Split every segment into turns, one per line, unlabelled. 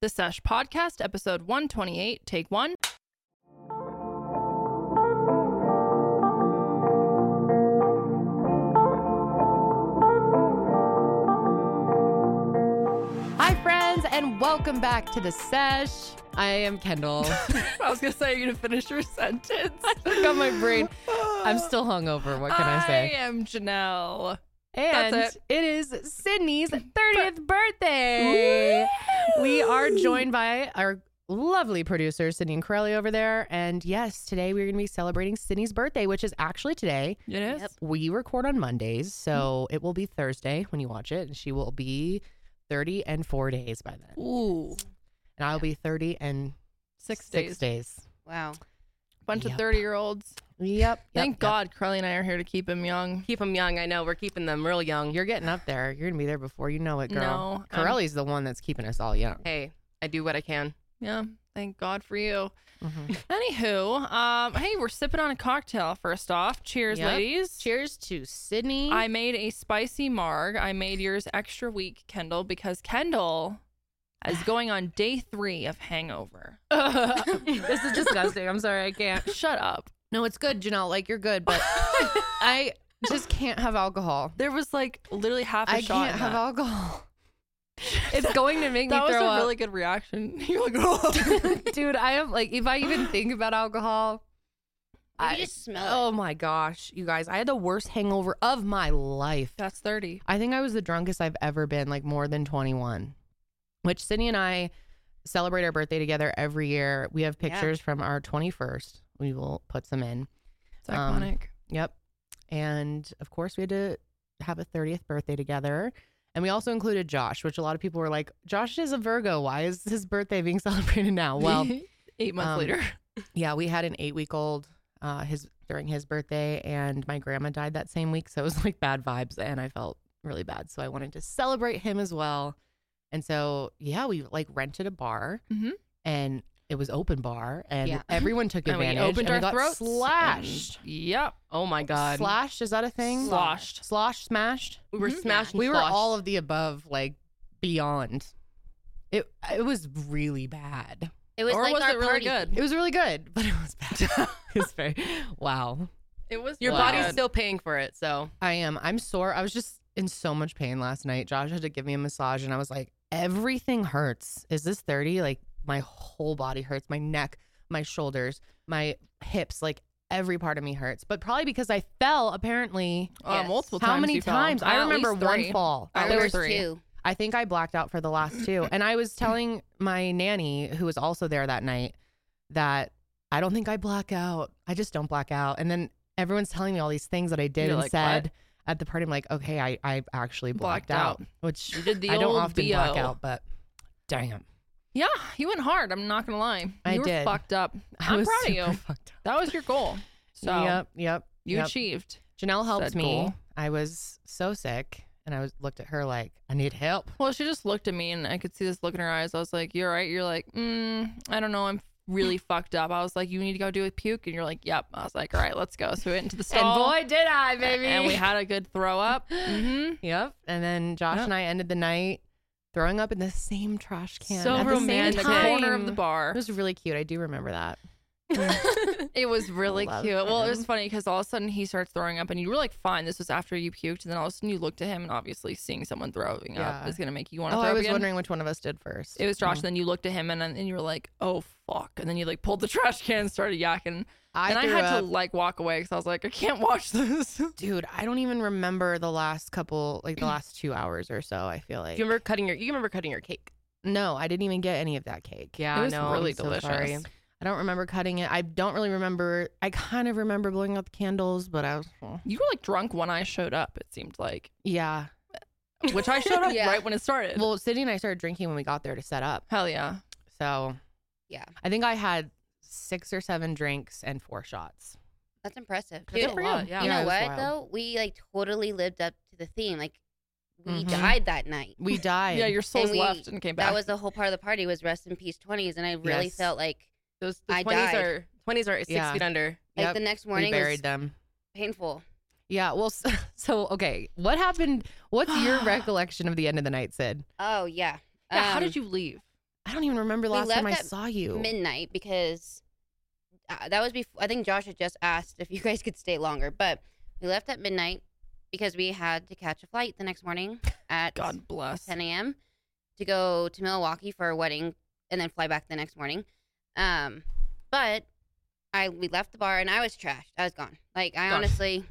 The Sesh Podcast, episode 128, take one.
Hi, friends, and welcome back to the sesh. I am Kendall.
I was going to say, you're going to finish your sentence.
Look on my brain. I'm still hungover. What can I
I
say?
am Janelle.
And
that's it.
it is Sydney's 30th birthday. We are joined by our lovely producer, Sydney and Corelli, over there. And yes, today we're going to be celebrating Sydney's birthday, which is actually today.
It is?
We record on Mondays, so
Mm.
it will be Thursday when you watch it, and she will be 30 and four days by then.
Ooh.
And I'll be 30 and
Six days.
six days.
Wow.
Bunch of
Yep.
30 year olds.
Yep. yep,
Thank
yep.
God Crowley and I are here to keep him young.
Keep them young. I know we're keeping them real young.
You're getting up there. You're gonna be there before you know it, girl.
No. um, I'm-
Corelli's the one that's keeping us all young.
Hey, I do what I can.
Yeah. Thank God for you.
Mhm.
Anywho, um, hey, we're sipping on a cocktail first off. Cheers,
Yep.
ladies.
Cheers to Sydney.
I made a spicy marg. I made yours extra weak, Kendall, because Kendall is going on day three of hangover.
this is disgusting. I'm sorry, I can't.
Shut up.
No, it's good, Janelle. Like you're good, but I just can't have alcohol.
There was like literally half a
I
shot.
can't
in
have
that.
alcohol. It's going to make me
That was
throw
a
up,
really good reaction. You're like, oh.
dude. I am like, if I even think about alcohol, I
just smell
Oh my gosh, you guys! I had the worst hangover of my life.
that's 30.
I think I was the drunkest I've ever been, like more than 21, which Sydney and I celebrate our birthday together every year. We have
Yeah.
pictures from our 21st. We will put some in.
It's
Um,
iconic.
Yep. And of course, we had to have a 30th birthday together. And we also included Josh, which a lot of people were like, Josh is a Virgo. Why is his birthday being celebrated now? uh, Well,
eight months
um,
later.
yeah, we had an eight week old uh, his during his birthday, and my grandma died that same week, so it was like bad vibes, and I felt really bad. So I wanted to celebrate him as well, and so yeah, we like rented a bar,
Mhm.
and it was open bar, and
Yeah.
everyone took
And
advantage.
we opened
and
our
we got
throats.
slashed.
and- yep.
Oh my god.
Slashed is that a thing?
Sloshed.
sloshed, smashed.
we were
Mhm.
smashing.
We were
slosh.
all of the above, like beyond. It it was really bad.
It was
or
like
was
our
it really
party.
good?
It was really good, but it was bad. it was very wow.
It was
Your
Wow.
body's still paying for it, so
I am. I'm sore. I was just in so much pain last night. Josh had to give me a massage, and I was like, everything hurts. Is this 30? Like, my whole body hurts my neck, my shoulders, my hips, like, every part of me hurts. But probably because I fell, apparently.
Uh,
Yes.
multiple times.
How many
you fell.
times? I
Uh, at least
remember
three.
one fall.
I
There
was
was-
three.
I think I blacked out for the last two. And I was telling my nanny, who was also there that night, that I don't think I black out. I just don't black out. And then everyone's telling me all these things that I did
You're
and
like,
said at the party. I'm like, okay, I, I actually blacked,
Blacked out.
out, which
You did the
I don't
old
often
BO.
black out, but damn.
Yeah, you went hard. I'm not gonna lie. You
I
were
did.
fucked up.
I
I'm
was
proud of
super
you.
Fucked up.
That was your goal. So
yep, yep.
you
yep.
achieved.
Janelle helped
said
me.
goal.
I was so sick and I was looked at her like, I need help.
Well, she just looked at me and I could see this look in her eyes. I was like, You're right. You're like, mm, I don't know. I'm really fucked up. I was like, You need to go do a puke. And you're like, Yep. I was like, All right, let's go. So we went into the stall.
boy, did I, baby.
And we had a good throw up. hmm
Yep. And then Josh
Yep.
and I ended the night throwing up in the same trash can.
So
at the
In
same
the
romantic.
time.
corner of the
It
bar.
was really cute. I do remember that.
It was really
Love
cute. Well, it was
him.
funny because all of a sudden he starts throwing up, and you were like, "Fine, this was after you puked." And then all of a sudden you looked at him, and obviously seeing someone throwing
Yeah.
up is gonna make you want to
Oh,
throw
I
up
was
again.
wondering which one of us did first.
it was Josh.
Mhm.
Then you looked at him, and then and you were like, "Oh fuck!" And then you like pulled the trash can, and started yakking.
I
and I
threw
had to
up-
like walk away because I was like, I can't watch this.
Dude, I don't even remember the last couple, like the last two hours or so. I feel
Do
like
you remember cutting your? You remember cutting your cake?
no, I didn't even get any of that cake.
Yeah,
It was
no,
really
I'm so
delicious.
sorry.
I don't remember cutting it. I don't really remember. I kind of remember blowing out the candles, but I was
You were like drunk when I showed up. It seemed like,
yeah.
which I showed up
Yeah.
right when it started.
Well, Sydney and I started drinking when we got there to set up.
Hell yeah!
So
Yeah.
I think I had six or seven drinks and four shots.
That's impressive.
Good
That's
for
a
you.
lot.
Yeah.
You
Yeah, it
know
was
what
wild.
though? We like totally lived up to the theme. Like we
Mm-hmm.
Mhm.
died that night.
We died.
Yeah, your souls
we-
left and came back.
That was the whole part of the party was rest in peace twenties, and I really
Yes.
felt like
Those the
I
twenties
died.
are twenties are six
Yeah.
feet under.
like
Yep,
the next
we
morning
buried
was
them.
painful.
Yeah. Well, so, so okay. What happened? What's your recollection of the end of the night, Sid?
Oh yeah.
yeah, how
Um,
did you leave?
I don't even remember the
We
last time I
left at
saw you.
midnight because uh, that was before. I think Josh had just asked if you guys could stay longer, but we left at midnight because we had to catch a flight the next morning at
God bless.
10 a.m. to go to Milwaukee for a wedding and then fly back the next morning. Um, but I we left the bar and I was trashed. I was gone. Like I
Gone.
honestly,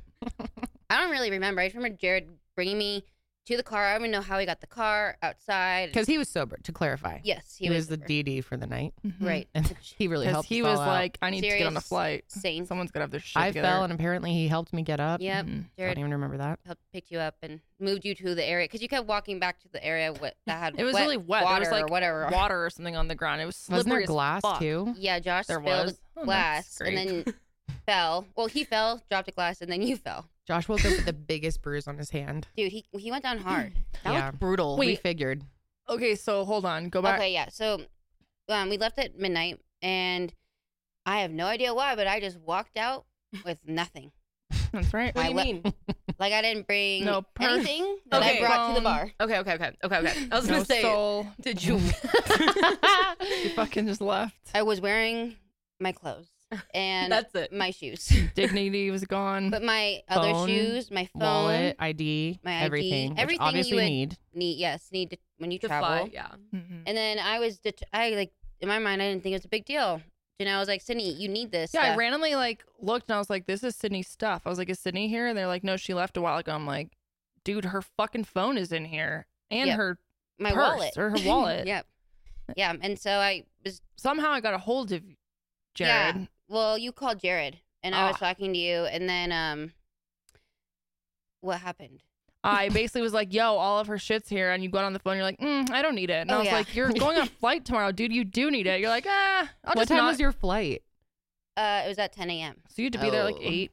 I don't really remember. I just remember Jared bringing me to the car. I don't even know how he got the car outside.
Because he was sober, to clarify.
yes,
he, was, the DD for the night.
Mhm.
right.
And he Mm-hmm. really
Because
helped.
he
us all
was
out.
like, I need to get on a
Serious
flight.
Same.
Someone's gonna have their shit
I
together.
fell, mm. and apparently he helped me get up.
Yep.
Mhm.
I don't
Jared
even remember that.
helped picked you up and moved you to the area because you kept walking back to the area what that had
It was
wet
really wet.
water
there was
or
like
whatever.
water or something on the ground. It was slippery.
Wasn't there
as
glass
fuck.
too?
Yeah, Josh
There
spilled
was Oh, that's
glass
great.
and then fell. Well, he fell, dropped a glass, and then you fell.
Josh woke up with the biggest bruise on his hand.
Dude, he he went down hard.
That was
yeah.
brutal.
we
Wait.
figured.
Okay, so hold on. Go back.
okay, yeah. So um, we left at midnight, and I have no idea why, but I just walked out with nothing.
That's right.
I
What do you
le-
mean?
Like I didn't bring
No purse.
anything that
Okay.
I brought to the
Phone.
bar.
Okay, okay, okay, okay, okay. I was
no
gonna say,
soul.
did you?
She fucking just left.
I was wearing my clothes and
That's it.
my shoes,
Dignity was gone.
but my other
Phone,
shoes, my phone,
Wallet, ID,
Um, my ID,
everything. which
everything you
obviously
would-
need.
need yes, need to, when you
To
travel.
fly, yeah.
Mhm.
And then I was, det- I like in my mind, I didn't think it was a big deal. You know, I was like, Sydney, you need this.
Yeah, I
stuff."
randomly like looked and I was like, "This is Sydney's stuff." I was like, "Is Sydney here?" And they're like, "No, she left a while ago." I'm like, "Dude, her fucking phone is in here and
Yep.
her
my
purse
wallet
or her wallet."
yep. Yeah, and so I was.
Somehow I got a hold of
Yeah.
Jared.
Well, you called Jared, and I was
Ah.
talking to you, and then um, what happened?
I basically was like, "Yo, all of her shit's here," and you got on the phone. You're like, mm, "I don't need it," and
Oh,
I was
yeah.
like, "You're going on a flight tomorrow, dude. You do need it." You're like, "Ah, I'll
what
just
time
not."
was your flight?
Uh, it was at 10 a.m.
so you had to be there like
Oh.
eight.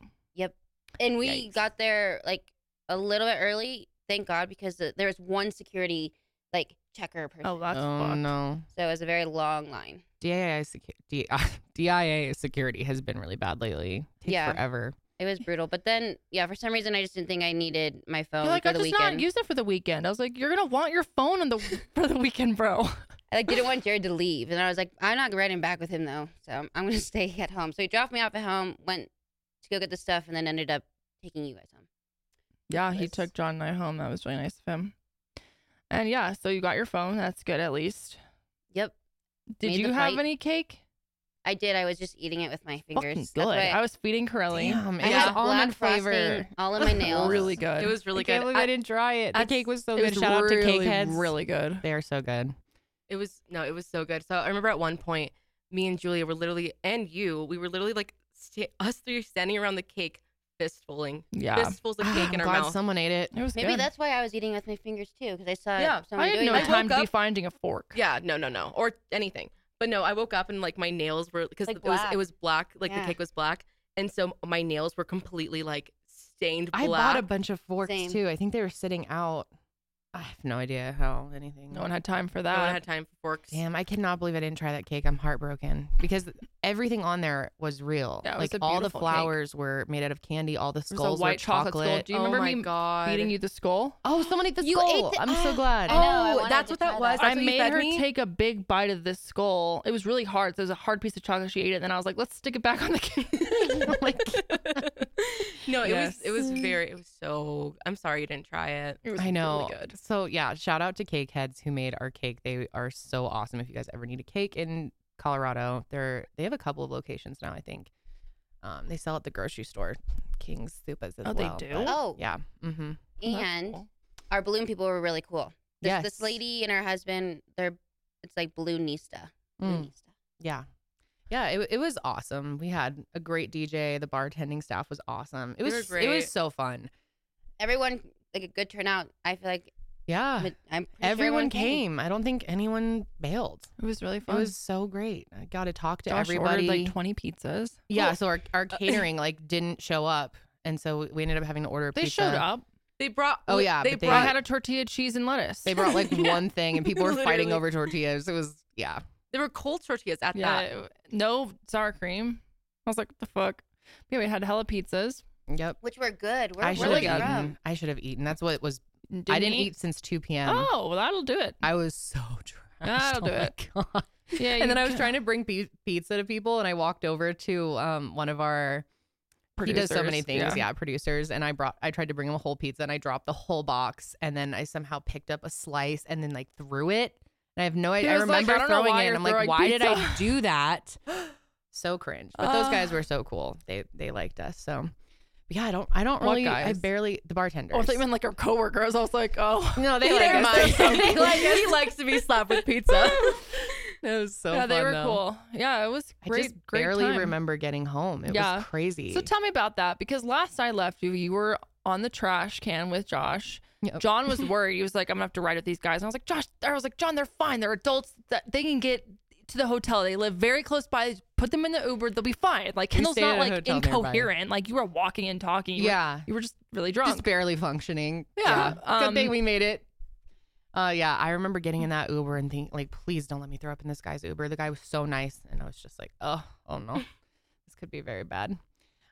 and we
Yikes.
got there like a little bit early. Thank God, because the, there was one security like checker person,
Oh, that's
oh
fucked.
no.
so it was a very long line.
DIA, secu- D- DIA security has been really bad lately. Takes
Yeah.
forever.
It was brutal. But then, yeah, for some reason, I just didn't think I needed my phone
You're like,
for
I
the
just
weekend.
not used it for the weekend. I was like, "You're gonna want your phone on the for the weekend, bro."
I like didn't want Jared to leave, and I was like, I'm not riding back with him though, so I'm, I'm gonna stay at home. So he dropped me off at home, went to go get the stuff, and then ended up taking you guys home.
Yeah, he
Nice.
took John and I home. That was really nice of him. And yeah, so you got your phone. That's good at least.
Yep,
Did
Made the
you have
flight.
any cake?
I did. I was just eating it with my fingers.
Fucking
That's
good.
why
I was feeding Corelli.
Damn,
I
it
had
was almond
black frosting
flavor.
all in my nails.
Really good.
It was really
I can't
good.
believe I,
I-
didn't try it. The
that's-
cake was so
It
good.
was
Shout out to
really,
cake heads.
Really good.
They are so good.
It was no, it was so good. So I remember at one point, me and Julia were literally, and you, we were literally like sta us three standing around the cake, fistfuling,
Yeah.
fistfuls of cake
I'm
in our
glad
mouth.
someone ate it.
It was
Maybe
good.
that's why I was eating it with my fingers too, because I saw
Yeah,
I
someone
had
doing
no
that.
time to
woke
be
up-
finding a fork.
yeah, no, no, no, or anything. But no, I woke up and like my nails were because
Like
it was
black.
it was black, like
Yeah.
the cake was black, and so my nails were completely like stained black.
I bought a bunch of forks
Same.
too. I think they were sitting out. I have no idea how anything.
No one had time for
No
that.
one had time for forks.
Damn, I cannot believe I didn't try that cake. I'm heartbroken because everything on there was real.
Yeah, it was
like
a
all the
beautiful cake.
flowers were made out of candy. All the
There was
skulls
a white
were chocolate.
skull. Do you
oh
remember
my
me
god,
feeding you the skull?
Oh, someone ate the
You
skull.
ate the-
I'm so
ah,
glad.
I know, I
Oh,
wanted
that's
to
what that
try
was.
that.
I
That's what you
made
fed
her
me?
take a big bite of this skull. It was really hard. So it was a hard piece of chocolate. She ate it. Then I was like, let's stick it back on the cake.
Like,
no, it
Yes.
was it was very it was so. I'm sorry you didn't try it.
It was
I know.
Really good.
So yeah, shout out to Cake Heads who made our cake. They are so awesome. If you guys ever need a cake in Colorado, they're they have a couple of locations now. I think um, they sell at the grocery store. King's Supas as
Oh, they
well.
do?
but-
Oh,
Yeah. Mm-hmm.
That's
and
cool.
our balloon people were really cool. This,
Yes.
this lady and her husband, they're it's like balloonista.
Mm.
Balloonista.
Yeah. Yeah, it, it was awesome. We had a great DJ. The bartending staff was awesome. It
They
was
were
it was
great.
so fun.
Everyone like a good turnout. I feel like
Yeah.
I'm pretty sure
everyone came. I don't think anyone bailed.
It was really
It
fun.
was so great. I got to talk to
Josh
everybody.
ordered like Uh, 20 pizzas.
yeah, so our, our catering like didn't show up, and so we ended up having to order.
They
pizza.
showed up.
They brought.
Oh,
we-
yeah,
they
but they-
I
brought.
had a tortilla, cheese, and lettuce.
They brought like
Yeah.
one thing, and people were fighting
Literally.
over tortillas. It was yeah.
there were cold tortillas at
yeah,
that.
it- no sour cream. I was like, what the fuck? Yeah, we had hella pizzas.
Yep.
Which were good. Where
I
were
should
they
really
have
good.
from?
eaten. I should have eaten. That's what it was. I didn't
you
eat since two p.m.
Oh, well, that'll do it.
I was so
Oh. That'll do
my
it.
God.
Yeah.
And then I was trying to bring pi- pizza to people, and I walked over to um, one of our He does so many things, yeah. producers. And I brought, I tried to bring him a whole pizza, and I dropped the whole box, and then I somehow picked up a slice and then like threw it. And I have no
He
idea. I
was like,
remember
"I don't know
throwing
why
it.
you're
And I'm like,
throwing
why did I
pizza."
do that? So cringe. But those
Ah.
guys were so cool. They they liked us. So but yeah, I don't I don't
What
really I
guys? Oh,
barely the bartenders.
Or they meant like our coworkers. I was like, oh.
no, they
He
like
never
us.
said
they like us.
he likes to be slapped with pizza.
It was so
yeah, they
fun,
were
though.
cool. Yeah, it was
I
great.
just
great
barely
time.
remember getting home. It
Yeah.
was crazy.
So tell me about that because last I left you, you were on the trash can with Josh.
Yep.
John was worried. He was like, "I'm gonna have to ride with these guys." And I was like, "Josh," I was like, "John, they're fine. They're adults. That they can get to the hotel. They live very close by. Put them in the Uber. They'll be fine." Like
We
Kendall's
stayed
not
at a
like
hotel nearby.
incoherent. Like you were walking and talking. You were-
yeah.
you were just really drunk.
Just barely functioning.
Yeah, um,
Good thing we made it. Uh, yeah, I remember getting in that Uber and think like, please don't let me throw up in this guy's Uber. The guy was so nice, and I was just like, oh, oh no, this could be very bad.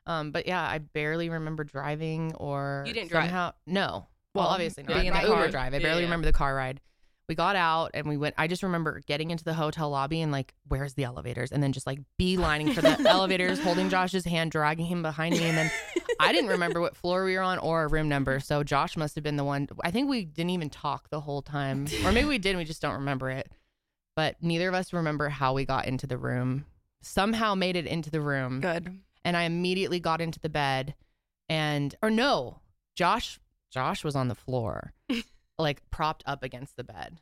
Um, but yeah, I barely remember driving or
You didn't drive.
somehow, No, well,
Well,
obviously not.
being in
My
the
Uber
car.
drive. I
Yeah,
barely
yeah.
remember the car ride. We got out and we went. I just remember getting into the hotel lobby and like, where's the elevators? And then just like beelining for the elevators, holding Josh's hand, dragging him behind me, and then I didn't remember what floor we were on or our room number. So Josh must have been the one. I think we didn't even talk the whole time, or maybe we did. and We just don't remember it. But neither of us remember how we got into the room. Somehow made it into the room,
Good.
and I immediately got into the bed. And or no, Josh. Josh was on the floor, like propped up against the bed.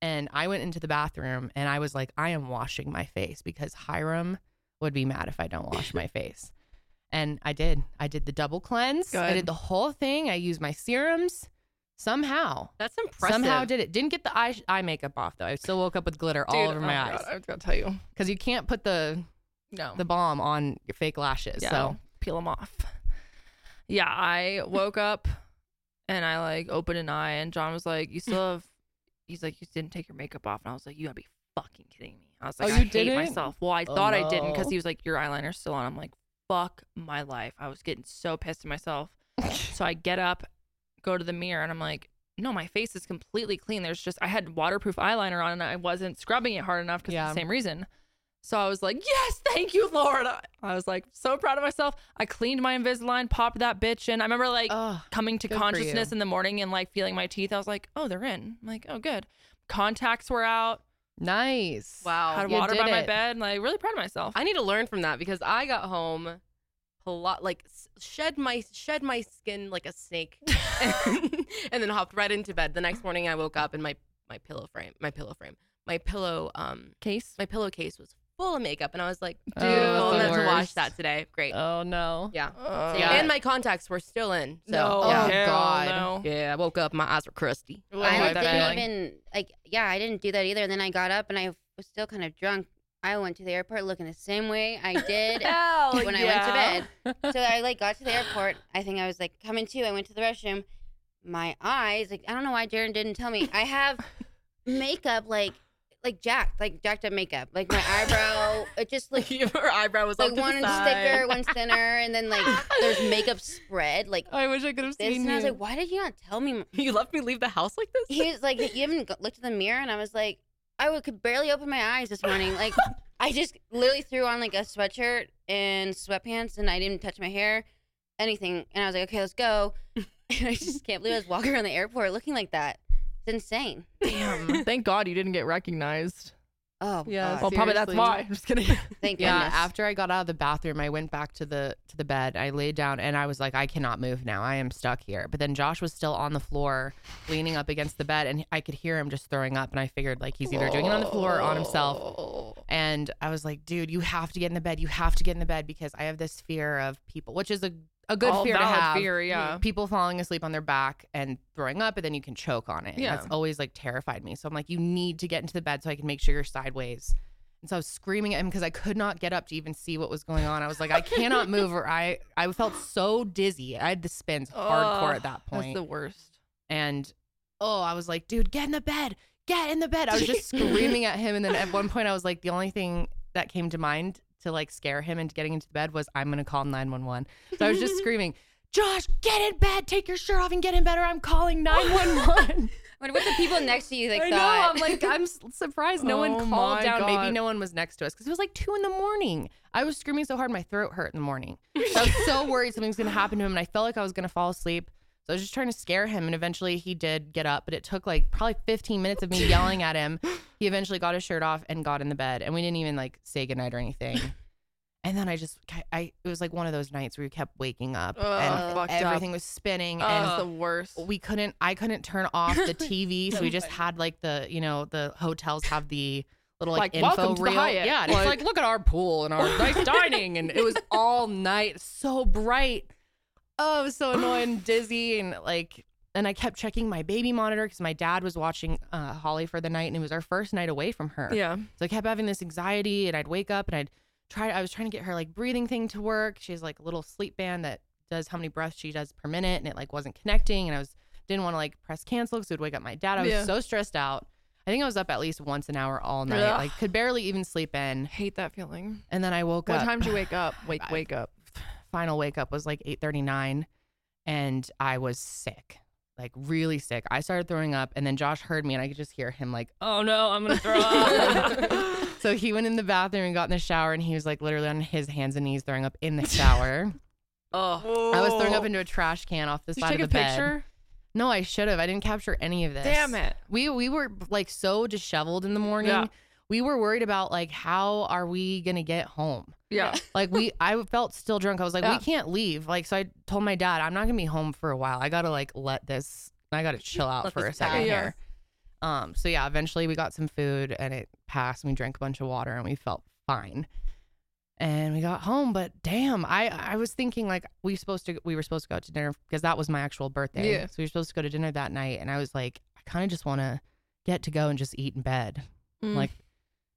And I went into the bathroom and I was like, I am washing my face because Hiram would be mad if I don't wash my face. And I did. I did the double cleanse. I
Good.
did the whole thing. I used my serums. Somehow,
That's impressive.
somehow did it. Didn't get the eye eye makeup off though. I still woke up with glitter all
Dude,
over
oh
my eyes
God, I was gonna tell you.
because you can't put the
No.
the balm on your fake lashes.
Yeah,
So
peel them off. Yeah, I woke up and I like opened an eye, and John was like, "You still have?" He's like, "You didn't take your makeup off," and I was like, "You gotta be fucking kidding me!" I was like,
Oh,
"I
you
hate
didn't?
myself." Well, I
Oh,
thought I didn't because
no.
he was like, "Your eyeliner's still on." I'm like, "Fuck my life!" I was getting so pissed at myself. so I get up, go to the mirror, and I'm like. No, my face is completely clean. There's just I had waterproof eyeliner on and I wasn't scrubbing it hard enough because
Yeah.
of the same reason. So I was like, yes, thank you, Lord. I- I was like, so proud of myself. I cleaned my Invisalign, popped that bitch in. I remember like
Ugh.
coming to
Oh, good for
consciousness
you.
in the morning and like feeling my teeth. I was like, oh, they're in. I'm like, oh, good. Contacts were out.
nice.
Wow.
had
Oh, you
water
did
by my
it.
bed. Like, really proud of myself.
I need to learn from that because I got home a lot like s- shed my shed my skin like a snake and, then hopped right into bed. The next morning I woke up and my my pillow frame, my pillow frame, my pillow um
Case.
my pillowcase was full of makeup and I was like,
Oh,
dude,
that's
I
the
meant to wash
worst.
that today. Great.
Oh no.
yeah.
Oh,
So,
yeah.
And my contacts were still in. So
no.
Oh,
yeah.
hell
God.
no.
Yeah, I woke up, my eyes were crusty.
Oh,
I
my
didn't
bad.
even like yeah, I didn't do that either. And then I got up and I was still kind of drunk. I went to the airport looking the same way I did
Hell
when I went to bed. So I like got to the airport. I think I was like coming to. I went to the restroom. My eyes, like I don't know why Darren didn't tell me. I have makeup like like jacked, like jacked up makeup. Like my eyebrow, it just like
Her eyebrow was
like
up to
one
the
inch
side.
thicker, one's thinner, and then like there's makeup spread like
Oh,
I wish I could have
this.
seen
And I was
you.
like, why did you not tell me?
You left me leave the house like this?
he was like, you haven't go- looked in the mirror, and I was like, I would- could barely open my eyes this morning. Like, I just literally threw on like a sweatshirt and sweatpants, and I didn't touch my hair, anything. And I was like, okay, let's go. And I just can't believe I was walking around the airport looking like that. It's insane.
Damn. Thank God you didn't get recognized.
Oh,
Yeah,
yeah.
Well, probably that's
Seriously.
why. I'm just kidding.
Thank
yeah,
goodness.
after I got out of the bathroom, I went back to the to the bed. I laid down and I was like, I cannot move now. I am stuck here. But then Josh was still on the floor, leaning up against the bed, and I could hear him just throwing up. And I figured like he's either doing it on the floor or on himself. And I was like, dude, you have to get in the bed. You have to get in the bed because I have this fear of people, which is a, a good
All
fear to
valid
have.
fear, yeah.
People falling asleep on their back and throwing up, and then you can choke on it. And
Yeah.
That's always like terrified me. So I'm like, you need to get into the bed so I can make sure you're sideways. And so I was screaming at him because I could not get up to even see what was going on. I was like, I cannot move, or I I felt so dizzy. I had the spins hardcore
Ugh,
at that
That's
point.
the worst.
And oh, I was like, dude, get in the bed, get in the bed. I was just screaming at him. And then at one point, I was like, the only thing that came to mind to like scare him into getting into the bed was, I'm going to call 911. So I was just screaming, Josh, get in bed, take your shirt off and get in bed, or I'm calling 911.
wonder what the people next to you like
I know.
thought.
I'm like, I'm s- surprised no one
Oh
called
my
down. Maybe
God.
no one was next to us because it was like two in the morning. I was screaming so hard, my throat hurt in the morning. I was so worried something was going to happen to him, and I felt like I was going to fall asleep. So I was just trying to scare him, and eventually he did get up, but it took like probably 15 minutes of me yelling at him. He eventually got his shirt off and got in the bed, and we didn't even like say goodnight or anything. And then I just, I, I it was like one of those nights where you kept waking up
Ugh,
and
fucked up.
everything was spinning. and
Oh, it's the worst.
we couldn't i couldn't turn off the tv so we just had like the you know the hotels have the little like,
Like,
info
welcome to the
reel
Hyatt.
yeah and it's
Like-
like look at our pool and our nice dining and it was all night so bright oh it was so annoying dizzy and like and i kept checking my baby monitor because my dad was watching uh, holly for the night and it was our first night away from her
Yeah.
so I kept having this anxiety, and I'd wake up and I'd try. I was trying to get her like breathing thing to work. She has like a little sleep band that does how many breaths she does per minute, and it like wasn't connecting. And I was didn't want to like press cancel because it would wake up my dad. I was
Yeah.
so stressed out. I think I was up at least once an hour all night.
Ugh.
Like could barely even sleep in.
Hate that feeling.
And then I woke
What
up.
time did you wake up? Wake
Five.
wake up.
Final wake up was like eight thirty nine, and I was sick. Like really sick. I started throwing up, and then Josh heard me, and I could just hear him like, "Oh no, I'm gonna throw up." So he went in the bathroom and got in the shower, and he was like literally on his hands and knees throwing up in the shower.
Oh,
I was throwing up into a trash can off the
Did you
side
take
of
a
the bed.
picture?
No, I should have. I didn't capture any of this.
Damn it.
We we were like so disheveled in the morning.
Yeah.
We were worried about like how are we gonna get home?
Yeah.
Like we I felt still drunk. I was like,
Yeah.
we can't leave. Like so I told my dad, I'm not gonna be home for a while. I gotta like let this I gotta chill out
Let
for a
this
second
pass. Yeah.
here. Um so yeah, eventually we got some food and it passed and we drank a bunch of water and we felt fine. And we got home, but damn, I I was thinking like we supposed to we were supposed to go out to dinner because that was my actual birthday.
Yeah.
So we were supposed to go to dinner that night and I was like, I kinda just wanna get to go and just eat in bed.
Mm.
Like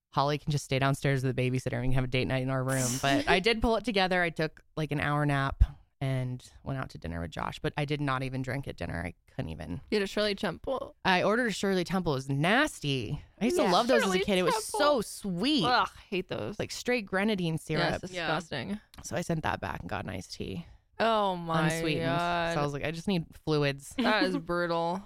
Holly can just stay downstairs with the babysitter and we can have a date night in our room. But I did pull it together. I took like an hour nap and went out to dinner with Josh, but I did not even drink at dinner. I couldn't even.
You had a Shirley Temple.
I ordered a Shirley Temple. It was nasty. I used
Yeah.
to love those
Shirley
as a kid. It was so
Temple.
sweet.
Ugh, hate those.
Like straight grenadine
yeah,
syrup.
it's
Yeah.
disgusting.
So I sent that back and got an iced tea.
Oh my
unsweetened.
god.
So I was like, I just need fluids.
that is brutal.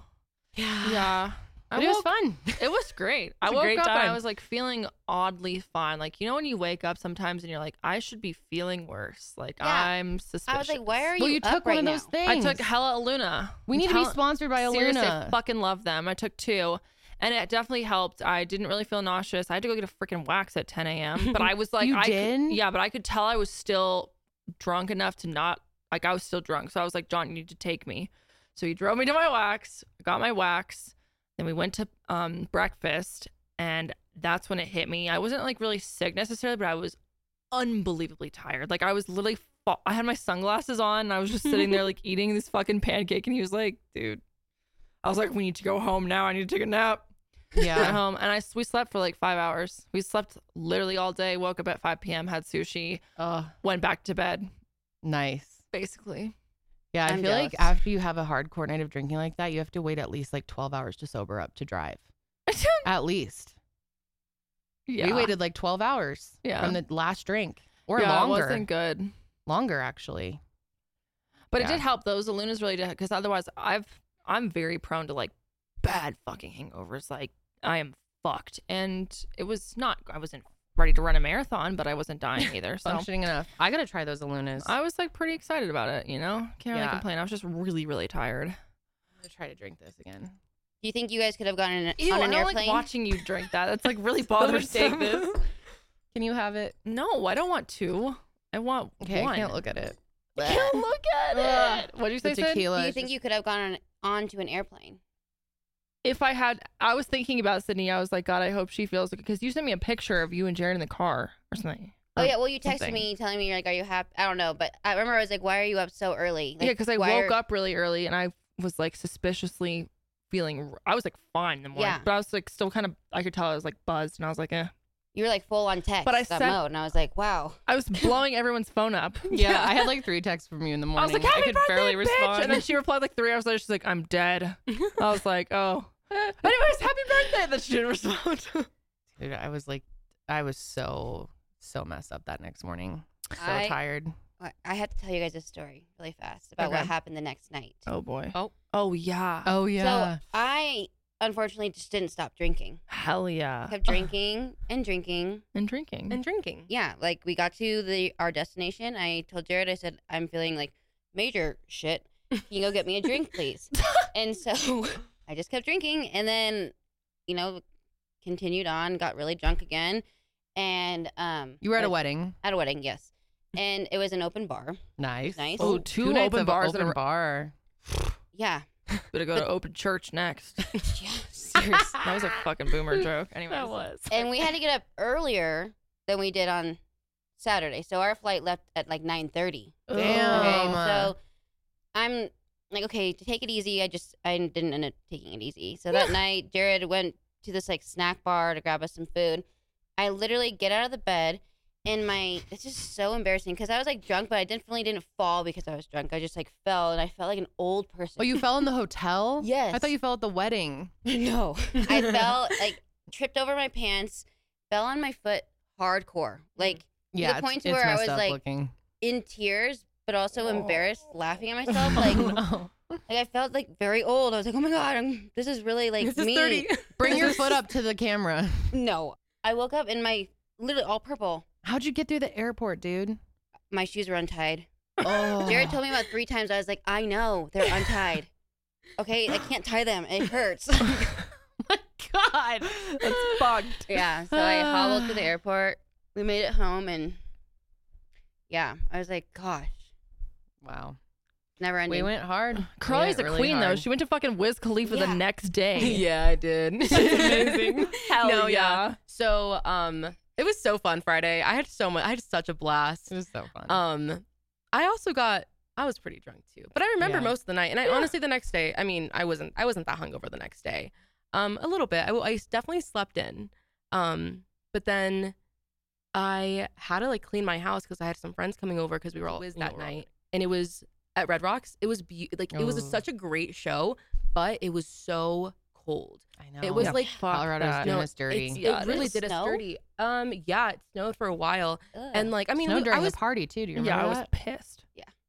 Yeah.
Yeah. I
But it was
woke-
fun.
It was great. I
a
woke
great
up and I
time.
was like feeling oddly fine. Like you know when you wake up sometimes and you're like, I should be feeling worse. Like
Yeah.
I'm suspicious.
I was like, why are you?
well, you
up
took
right
one of those
now?
I
things.
took hella Aluna.
we
I'm
need to be
tell-
sponsored by
Seriously, I
Aluna.
fucking love them. I took two. And it definitely helped. I didn't really feel nauseous. I had to go get a freaking wax at 10 a.m. But I was like,
You
I could-
did?
yeah, but I could tell I was still drunk enough to not like I was still drunk. So I was like, John, you need to take me. So he drove me to my wax, got my wax, then we went to um breakfast, and that's when it hit me. I wasn't like really sick necessarily, but I was unbelievably tired. Like I was literally fa- I had my sunglasses on and I was just sitting there like eating this fucking pancake and he was like, dude. I was like, we need to go home now. I need to take a nap. Went
yeah.
home and I we slept for like five hours. We slept literally all day. Woke up at five p.m. Had sushi.
oh,
Went back to bed.
nice.
Basically,
Yeah, I
I'm
feel like
jealous.
after you have a hardcore night of drinking like that, you have to wait at least like 12 hours to sober up to drive. At least.
yeah,
We waited like 12 hours
Yeah.
from the last drink or
yeah,
longer.
It wasn't good.
Longer, actually.
But it
Yeah.
did help those Alunas really did because otherwise I've I'm very prone to like bad fucking hangovers. Like I am fucked, and it was not. I wasn't ready to run a marathon, but I wasn't dying either. So
Functioning enough. I got to try those Alunas.
I was like pretty excited about it. You know, can't really
Yeah.
complain. I was just really really tired.
going to try to drink this again.
Do you think you guys could have gone in,
Ew,
on
I
an
don't
airplane?
like watching you drink that. That's like really
Take
bothersome.
this. Can you have it?
No, I don't want two. I want
Okay,
one.
I can't look at it.
I can't look at
Ugh.
it. What did you
The
say? Sid?
tequila.
Do you
is
think
just-
you could have gone on onto an airplane?
If I had, I was thinking about Sydney. I was like, God, I hope she feels because you sent me a picture of you and Jared in the car or something.
Oh
Or
yeah, well you texted
something.
me telling me you're like, are you happy? I don't know, but I remember I was like, why are you up so early?
yeah, because I
why
woke
are-
up really early and I was like suspiciously feeling. r- I was like fine in the morning,
Yeah.
but I was like still kind of. I could tell I was like buzzed and I was like, eh.
You were like full on text,
But I
that
sent-
mode, and I was like, wow.
I was blowing everyone's phone up.
Yeah, I had like three texts from you in the
I
morning.
was like, Happy
could
birthday,
barely
bitch!
respond.
And then she replied like three hours later. She's like, I'm dead. I was like, oh. Anyways, happy birthday. That she didn't respond.
Dude, I was like, I was so, so messed up that next morning. So
I-
tired.
I- I had to tell you guys a story really fast about
Okay.
what happened the next night.
Oh boy.
Oh.
Oh yeah.
Oh,
So I unfortunately just didn't stop drinking.
Hell yeah.
Kept drinking and drinking.
And drinking.
and drinking.
Yeah, like we got to the our destination. I told Jared, I said, I'm feeling like major shit. Can you go get me a drink, please? and so I just kept drinking, and then you know continued on, got really drunk again, and um,
You were at
I-
a wedding.
at a wedding, yes, and it was an open bar.
Nice.
Nice.
Oh,
Oh,
two
Two nights
open
of
bars
open
in a row.
bar.
Yeah,
Better go to open church next.
yes.
Serious. That was a fucking boomer joke. Anyway,
That was.
and we had to get up earlier than we did on Saturday, so our flight left at like nine thirty. Okay,
Um,
so I'm like, okay, to take it easy, I just I didn't end up taking it easy. So that night, Jared went to this like snack bar to grab us some food. I literally get out of the bed, and my it's just so embarrassing because I was like drunk, but I definitely didn't fall because I was drunk. I just like fell, and I felt like an old person.
Oh, you fell in the hotel?
Yes.
I thought you fell at the wedding.
no, I fell like tripped over my pants, fell on my foot hardcore, like
Yeah.
the
it's-
point to
it's
where I
messed
was
up
like-
looking.
in tears, but also embarrassed, laughing at myself, like.
no.
Like I felt like very old. I was like, oh my god, I'm, this is really like
This is
me.
30.
Bring your foot up to the camera.
No, I woke up in my literally all purple.
How'd you get through the airport, dude?
My shoes were untied.
Oh.
Jared told me about three times. I was like, I know they're untied. Okay, I can't tie them. It hurts.
my God.
That's fucked.
yeah, so I hobbled to the airport. We made it home, and yeah, I was like, gosh,
Wow.
never ending.
We went hard. We
Carly's
went
a
really
queen though.
hard.
She went to fucking Wiz Khalifa the
Yeah.
next day.
yeah, I did.
amazing. Hell
No,
yeah.
So, um, it was so fun Friday. I had so much. I had such a blast.
It was so fun.
Um, I also got. I was pretty drunk too, but I remember
Yeah.
most of the night. And I honestly, the next day, I mean, I wasn't. I wasn't that hungover the next day. Um, a little bit. I, I definitely slept in. Um, but then I had to like clean my house because I had some friends coming over because we were all
Wiz
that
Little Rock.
night, and it was at Red Rocks. It was be- like it was a-
Oh.
such a great show, but it was so cold.
I know.
It was
Yeah,
like
Colorado's
that.
doing
No,
us dirty.
It's-
Yeah,
it
it
really
is.
did us
Snow?
dirty. Um, yeah, it snowed for a while, and like I mean,
Snow
we-
during
I was
the party too. Do you remember
yeah, I was
that?
pissed.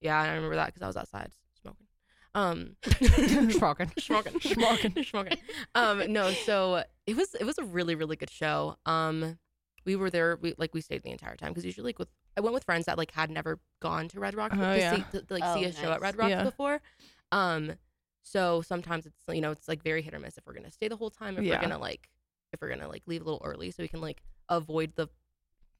yeah, I remember that because I was outside smoking. Um,
Smoking.
smoking, smoking, smoking. Um, no, so it was it was a really really good show. Um, we were there, we like we stayed the entire time because usually like with I went with friends that like had never gone to Red Rocks
Oh,
to,
yeah.
see, to, to, like see a
Oh,
show at
nice.
Red Rocks
Yeah.
before. Um, so sometimes it's you know it's like very hit or miss if we're gonna stay the whole time if
Yeah.
we're gonna like if we're gonna like leave a little early so we can like avoid the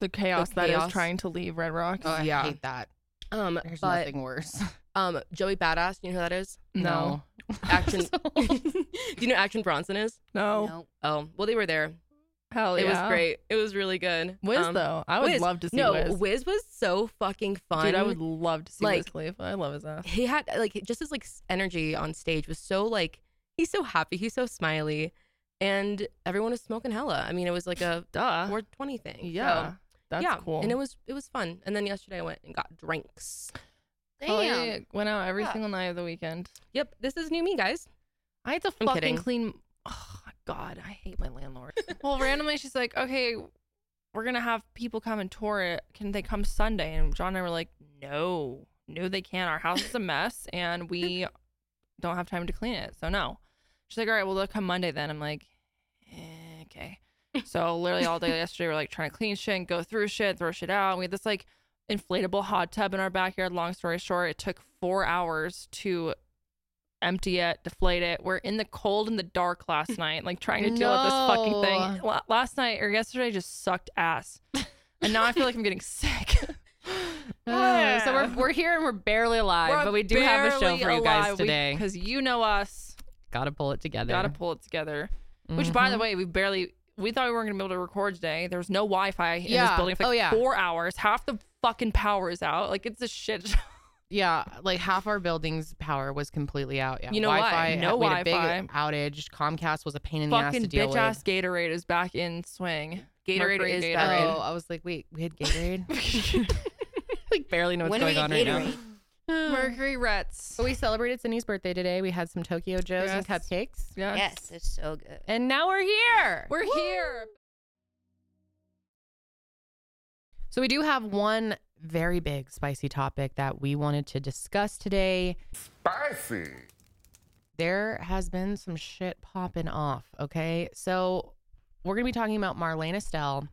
The chaos, that
chaos.
is trying to leave Red Rocks.
Oh, I
Yeah.
hate that.
um
There's
but
nothing worse.
um Joey Badass you know who that is
no.
Action. Do you know who Action Bronson is?
No.
Nope.
Oh, well, they were there.
Hell
It
Oh, yeah.
was great. It was really good.
Wiz
Um,
though. I would
Wiz.
love to see
No,
Wiz.
Wiz. was so fucking fun.
Dude, I would love to see Wiz
like-
Khalifa. I love his ass.
He had like just his like s- energy on stage was so like he's so happy. He's so smiley, and everyone was smoking hella. I mean, it was like a
Duh.
four twenty thing. So,
yeah. That's
yeah,
cool.
and it was it was fun. And then yesterday I went and got drinks.
Carly
Damn.
went out every
Yeah.
single night of the weekend.
Yep, this is new me, guys.
I had to
I'm
fucking
kidding.
clean. Oh God, I hate my landlord. well, randomly she's like, "Okay, we're gonna have people come and tour it. Can they come Sunday?" And John and I were like, "No, no, they can't. Our house is a mess, and we don't have time to clean it. So no." She's like, "All right, well they'll come Monday then." I'm like, eh, "Okay." So literally all day yesterday, we're like trying to clean shit and go through shit, throw shit out. We had this like inflatable hot tub in our backyard. Long story short, it took four hours to empty it, deflate it. We're in the cold and the dark last night, like trying to deal with this fucking thing. La- Last night or yesterday just sucked ass. And now I feel like I'm getting sick.
Oh, so we're, we're here and we're barely alive, but we do have a show for you guys today.
Because you know us.
Gotta pull it together. Mm-hmm.
Gotta pull it together. Which, by the way, we barely, we thought we weren't gonna be able to record today. There was no Wi Fi in this
Yeah.
building for like
Oh, yeah.
four hours. Half the fucking power is out. Like, it's a shit show.
yeah, like half our building's power was completely out. Yeah,
You know why?
Wi-Fi,
No
we had a big
Wi-Fi.
outage. Comcast was a pain in the ass
fucking
to deal
bitch
with.
ass Gatorade is back in swing.
Gatorade
Mercury
is
Gatorade.
oh,
back in.
I was like, wait, we had Gatorade. like barely know what's
When do we
going
get
on right now.
Gatorade?
Mercury Rets.
But we celebrated Sydney's birthday today. We had some Tokyo Joes and
Yes.
cupcakes,
Yes.
Yes, it's so good.
and now we're here.
We're here.
So we do have one very big spicy topic that we wanted to discuss today.
Spicy.
there has been some shit popping off. Okay. So we're going to be talking about Marlena Stell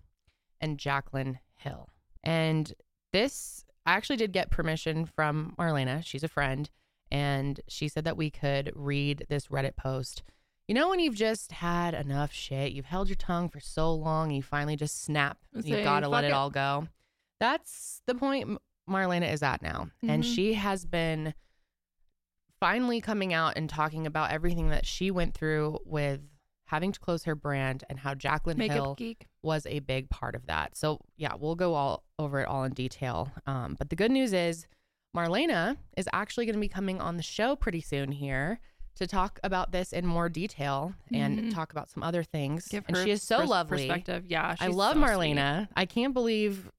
and Jacqueline Hill. And this, I actually did get permission from Marlena. She's a friend. And she said that we could read this Reddit post. You know, when you've just had enough shit, you've held your tongue for so long, and you finally just snap,
Say,
you got to let
"Fuck
it
it."
all go. That's the point Marlena is at now. And
Mhm.
she has been finally coming out and talking about everything that she went through with having to close her brand and how Jacqueline Hill
Makeup geek.
was a big part of that. So yeah, we'll go all over it all in detail. Um, but the good news is Marlena is actually going to be coming on the show pretty soon here to talk about this in more detail and
Mhm.
talk about some other things.
Give
and
her
she is so
pers-
lovely.
Perspective. Yeah,
I
she's
love
so sweet.
Marlena. I can't believe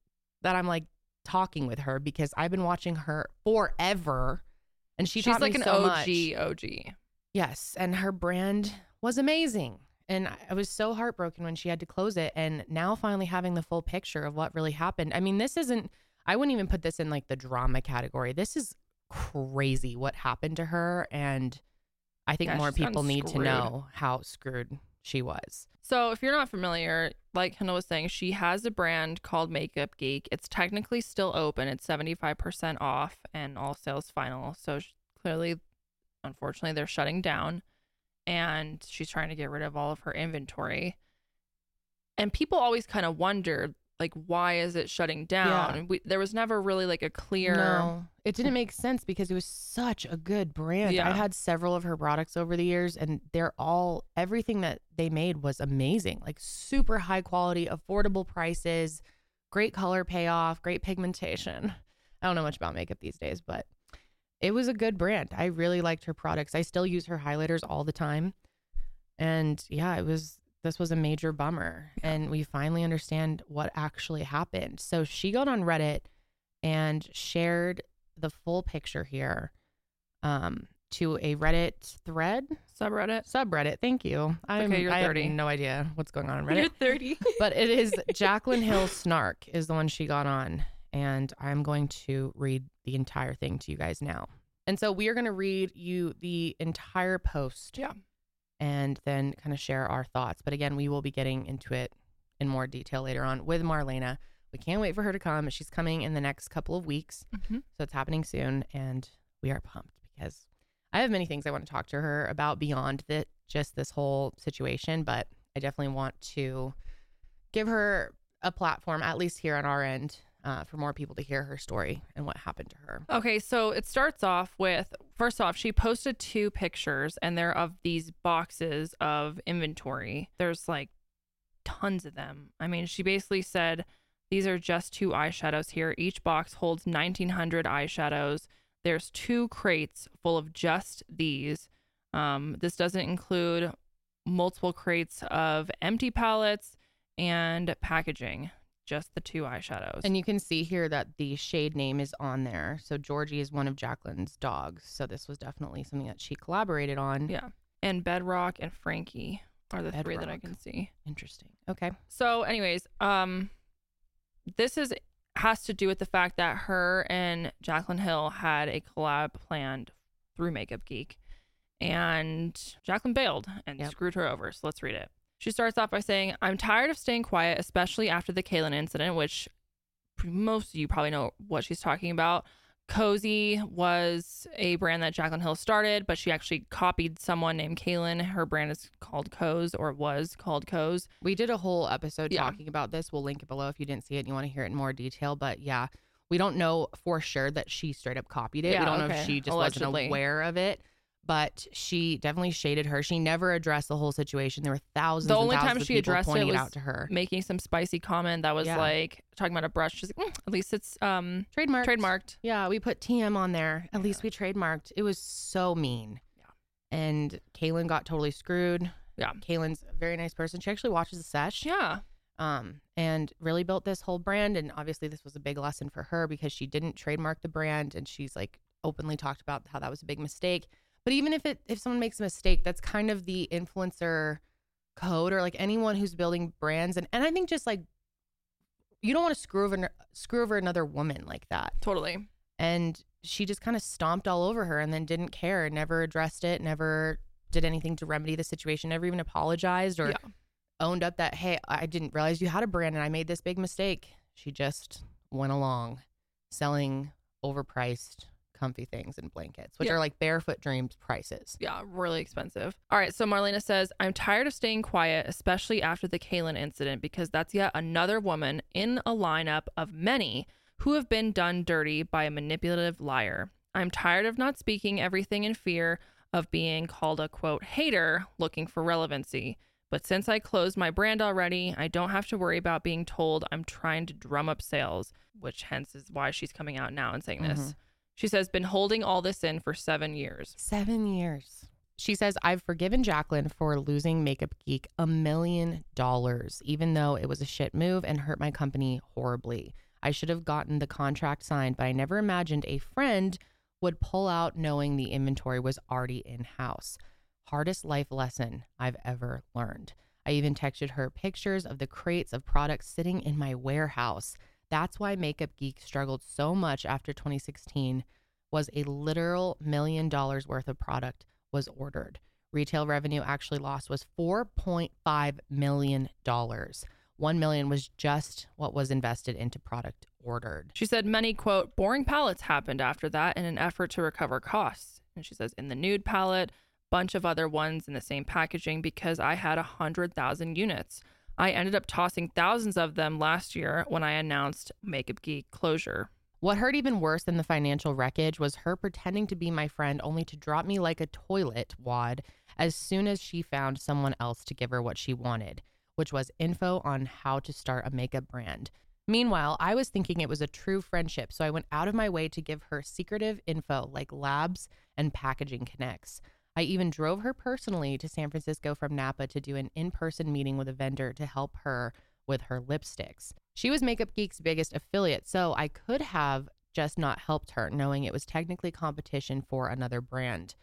that I'm like talking with her because I've been watching her forever, and she
she's
taught
like
me
an
so
OG.
much.
OG.
Yes, and her brand was amazing. And I- I was so heartbroken when she had to close it. And now finally having the full picture of what really happened. I mean, this isn't, I wouldn't even put this in like the drama category. This is crazy what happened to her. And I think
Yeah,
more
she's gotten
people need to
screwed.
know how screwed she was.
So, if you're not familiar, like Kendall was saying, she has a brand called Makeup Geek. It's technically still open. It's 75% off and all sales final. So, sh- clearly, unfortunately, they're shutting down and she's trying to get rid of all of her inventory. And people always kind of wonder, like, why is it shutting down?
Yeah.
We, there was never really like a clear.
No, it didn't make sense because it was such a good brand.
Yeah.
I've had several of her products over the years, and they're all everything that they made was amazing. Like super high quality, affordable prices, great color payoff, great pigmentation. I don't know much about makeup these days, but it was a good brand. I really liked her products. I still use her highlighters all the time. And yeah, it was this was a major bummer. And we finally understand what actually happened. So she got on Reddit and shared the full picture here um, to a Reddit thread
Subreddit.
subreddit. Thank you. I'm,
okay, you're
I
30.
have no idea what's going on on Reddit,
You're 30.
but it is Jacqueline Hill Snark is the one she got on, and I'm going to read the entire thing to you guys now. And so we are going to read you the entire post,
Yeah.
and then kind of share our thoughts. But again, we will be getting into it in more detail later on with Marlena. We can't wait for her to come. She's coming in the next couple of weeks.
Mhm.
So it's happening soon, and we are pumped because I have many things I want to talk to her about beyond that just this whole situation. But I definitely want to give her a platform, at least here on our end, uh, for more people to hear her story and what happened to her.
Okay, so it starts off with first off, she posted two pictures and they're of these boxes of inventory. There's like tons of them. I mean, she basically said these are just two eyeshadows here. Each box holds 1900 eyeshadows. There's two crates full of just these. Um, this doesn't include multiple crates of empty palettes and packaging, just the two eyeshadows.
And you can see here that the shade name is on there. So Georgie is one of Jacqueline's dogs. So this was definitely something that she collaborated on.
Yeah. and Bedrock and Frankie are the three that I
Bedrock.
can see.
Interesting. Okay.
So, anyways, um, this is has to do with the fact that her and Jacqueline Hill had a collab planned through Makeup Geek, and Jacqueline bailed and
Yep.
screwed her over. So let's read it. She starts off by saying, "I'm tired of staying quiet, especially after the Kaylin incident, which most of you probably know what she's talking about." Cozy was a brand that Jacqueline Hill started, but she actually copied someone named Kaylin. Her brand is called Coz or was called Coz.
We did a whole episode
Yeah.
talking about this. We'll link it below if you didn't see it and you want to hear it in more detail. But yeah, we don't know for sure that she straight up copied it.
Yeah,
we don't know
okay.
if she just
Allegedly.
wasn't aware of it. But she definitely shaded her. She never addressed the whole situation. There were thousands.
The
and
only time
thousands of
she
people
addressed it
pointing
was
out to her
making some spicy comment that was
Yeah.
like talking about a brush. She's like, "Mm, at least it's um
trademark.
trademarked.
Yeah, we put TM on there. At least we trademarked. It was so mean.
Yeah.
And Kaylin got totally screwed.
Yeah.
Kaylin's a very nice person. She actually watches the sesh.
Yeah,
um, and really built this whole brand. And obviously, this was a big lesson for her because she didn't trademark the brand, and she's like openly talked about how that was a big mistake. But even if it if someone makes a mistake, that's kind of the influencer code, or like anyone who's building brands, and and I think just like you don't want to screw over screw over another woman like that.
totally.
and she just kind of stomped all over her and then didn't care, never addressed it, never did anything to remedy the situation, never even apologized or
Yeah.
owned up that, hey, I didn't realize you had a brand and I made this big mistake. She just went along selling overpriced comfy things and blankets, which
Yeah.
are like barefoot dreams prices.
Yeah, really expensive. All right, so Marlena says, I'm tired of staying quiet, especially after the Kaylin incident, because that's yet another woman in a lineup of many who have been done dirty by a manipulative liar. I'm tired of not speaking everything in fear of being called a quote hater looking for relevancy. But since I closed my brand already, I don't have to worry about being told I'm trying to drum up sales, which hence is why she's coming out now and saying this. She says, been holding all this in for seven years.
Seven years. She says, I've forgiven Jacqueline for losing Makeup Geek a million dollars, even though it was a shit move and hurt my company horribly. I should have gotten the contract signed, but I never imagined a friend would pull out knowing the inventory was already in house. Hardest life lesson I've ever learned. I even texted her pictures of the crates of products sitting in my warehouse. That's why Makeup Geek struggled so much after 2016 was a literal million dollars worth of product was ordered. Retail revenue actually lost was 4.5 million dollars. 1 million was just what was invested into product ordered.
She said many, quote, boring palettes happened after that in an effort to recover costs. And she says, in the nude palette, bunch of other ones in the same packaging because I had a 100,000 units. I ended up tossing thousands of them last year when I announced Makeup Geek closure.
What hurt even worse than the financial wreckage was her pretending to be my friend only to drop me like a toilet wad as soon as she found someone else to give her what she wanted, which was info on how to start a makeup brand. Meanwhile, I was thinking it was a true friendship, so I went out of my way to give her secretive info like labs and packaging connects. I even drove her personally to San Francisco from Napa to do an in person meeting with a vendor to help her with her lipsticks. She was Makeup Geek's biggest affiliate, so I could have just not helped her, knowing it was technically competition for another brand.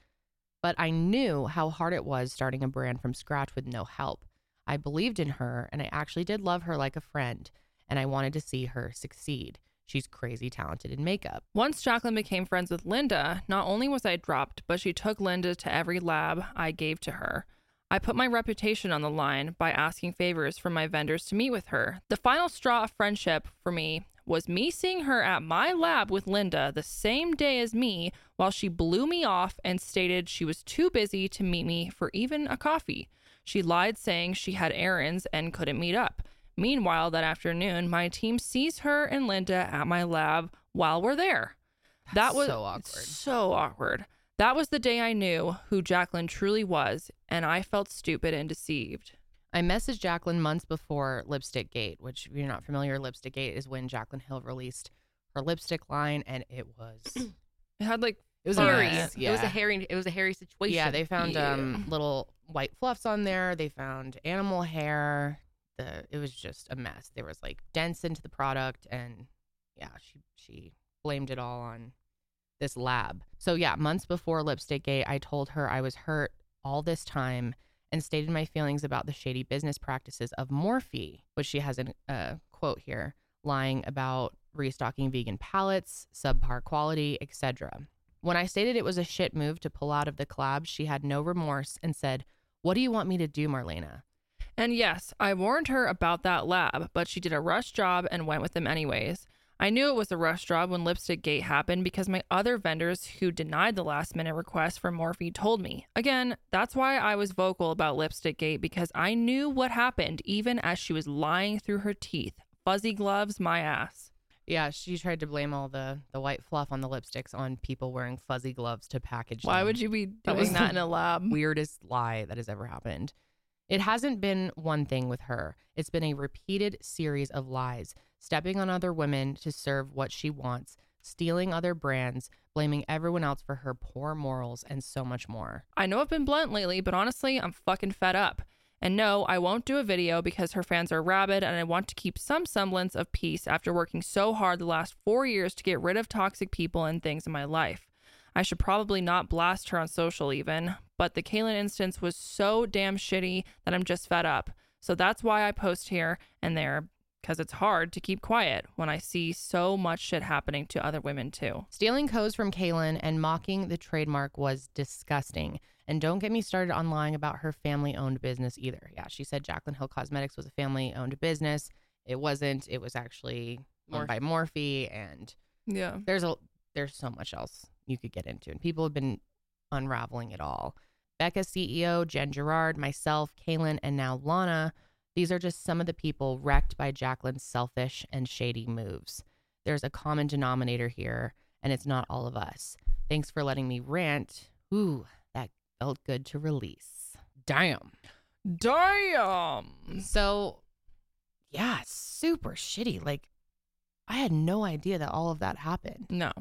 But I knew how hard it was starting a brand from scratch with no help. I believed in her, and I actually did love her like a friend, and I wanted to see her succeed. She's crazy talented in makeup.
Once Jacqueline became friends with Linda, not only was I dropped, but she took Linda to every lab I gave to her. I put my reputation on the line by asking favors from my vendors to meet with her. The final straw of friendship for me was me seeing her at my lab with Linda the same day as me while she blew me off and stated she was too busy to meet me for even a coffee. She lied saying she had errands and couldn't meet up. Meanwhile, that afternoon, my team sees her and Linda at my lab while we're there. that was
so awkward.
So awkward. That was the day I knew who Jacqueline truly was, and I felt stupid and deceived.
I messaged Jacqueline months before Lipstick Gate, which if you're not familiar, Lipstick Gate is when Jacqueline Hill released her lipstick line, and it was it
It had like
was a
Hairy.
mess.
It was a hairy. It was a hairy situation.
Yeah, they found
Yeah.
um little white fluffs on there. They found animal hair. The it was just a mess. There was like dents into the product, and yeah, she she blamed it all on this lab. So yeah, months before Lipstick Gate, I told her I was hurt all this time and stated my feelings about the shady business practices of Morphe, which she has a uh, quote here, lying about restocking vegan palettes, subpar quality, etc. When I stated it was a shit move to pull out of the collab, she had no remorse and said, What do you want me to do, Marlena?
And yes, I warned her about that lab, but she did a rush job and went with them anyways. I knew it was a rush job when Lipstick Gate happened because my other vendors who denied the last minute request for Morphe told me. Again, that's why I was vocal about Lipstick Gate because I knew what happened even as she was lying through her teeth. Fuzzy gloves, my ass.
Yeah, she tried to blame all the, the white fluff on the lipsticks on people wearing fuzzy gloves to package
Why
them.
would you be doing
That was
that
the
in a lab?
weirdest lie that has ever happened. It hasn't been one thing with her. It's been a repeated series of lies, stepping on other women to serve what she wants, stealing other brands, blaming everyone else for her poor morals, and so much more.
I know I've been blunt lately, but honestly, I'm fucking fed up. And no, I won't do a video because her fans are rabid and I want to keep some semblance of peace after working so hard the last four years to get rid of toxic people and things in my life. I should probably not blast her on social even, but the Kaylin instance was so damn shitty that I'm just fed up. So that's why I post here and there because it's hard to keep quiet when I see so much shit happening to other women too.
Stealing codes from Kaylin and mocking the trademark was disgusting. And don't get me started on lying about her family owned business either. Yeah, she said Jaclyn Hill Cosmetics was a family owned business. It wasn't. It was actually
Morphe.
owned by Morphe. And
Yeah.
there's a there's so much else you could get into. And people have been unraveling it all. Becca CEO, Jen Gerard, myself, Kaylin, and now Lana. These are just some of the people wrecked by Jacqueline's selfish and shady moves. There's a common denominator here, and it's not all of us. Thanks for letting me rant. Ooh, that felt good to release. Damn.
Damn.
So, yeah, super shitty. Like, I had no idea that all of that happened.
No.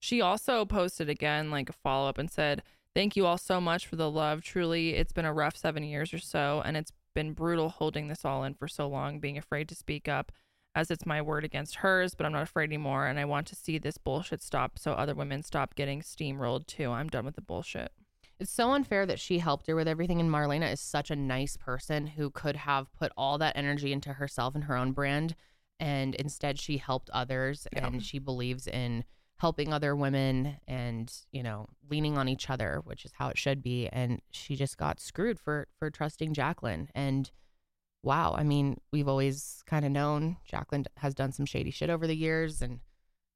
She also posted again, like a follow up, and said, Thank you all so much for the love. Truly, it's been a rough seven years or so, and it's been brutal holding this all in for so long, being afraid to speak up, as it's my word against hers, but I'm not afraid anymore. And I want to see this bullshit stop so other women stop getting steamrolled too. I'm done with the bullshit.
It's so unfair that she helped her with everything, and Marlena is such a nice person who could have put all that energy into herself and her own brand, and instead she helped others,
Yeah.
and she believes in helping other women and you know leaning on each other, which is how it should be. And she just got screwed for for trusting Jacqueline. And wow, I mean, we've always kind of known Jacqueline has done some shady shit over the years, and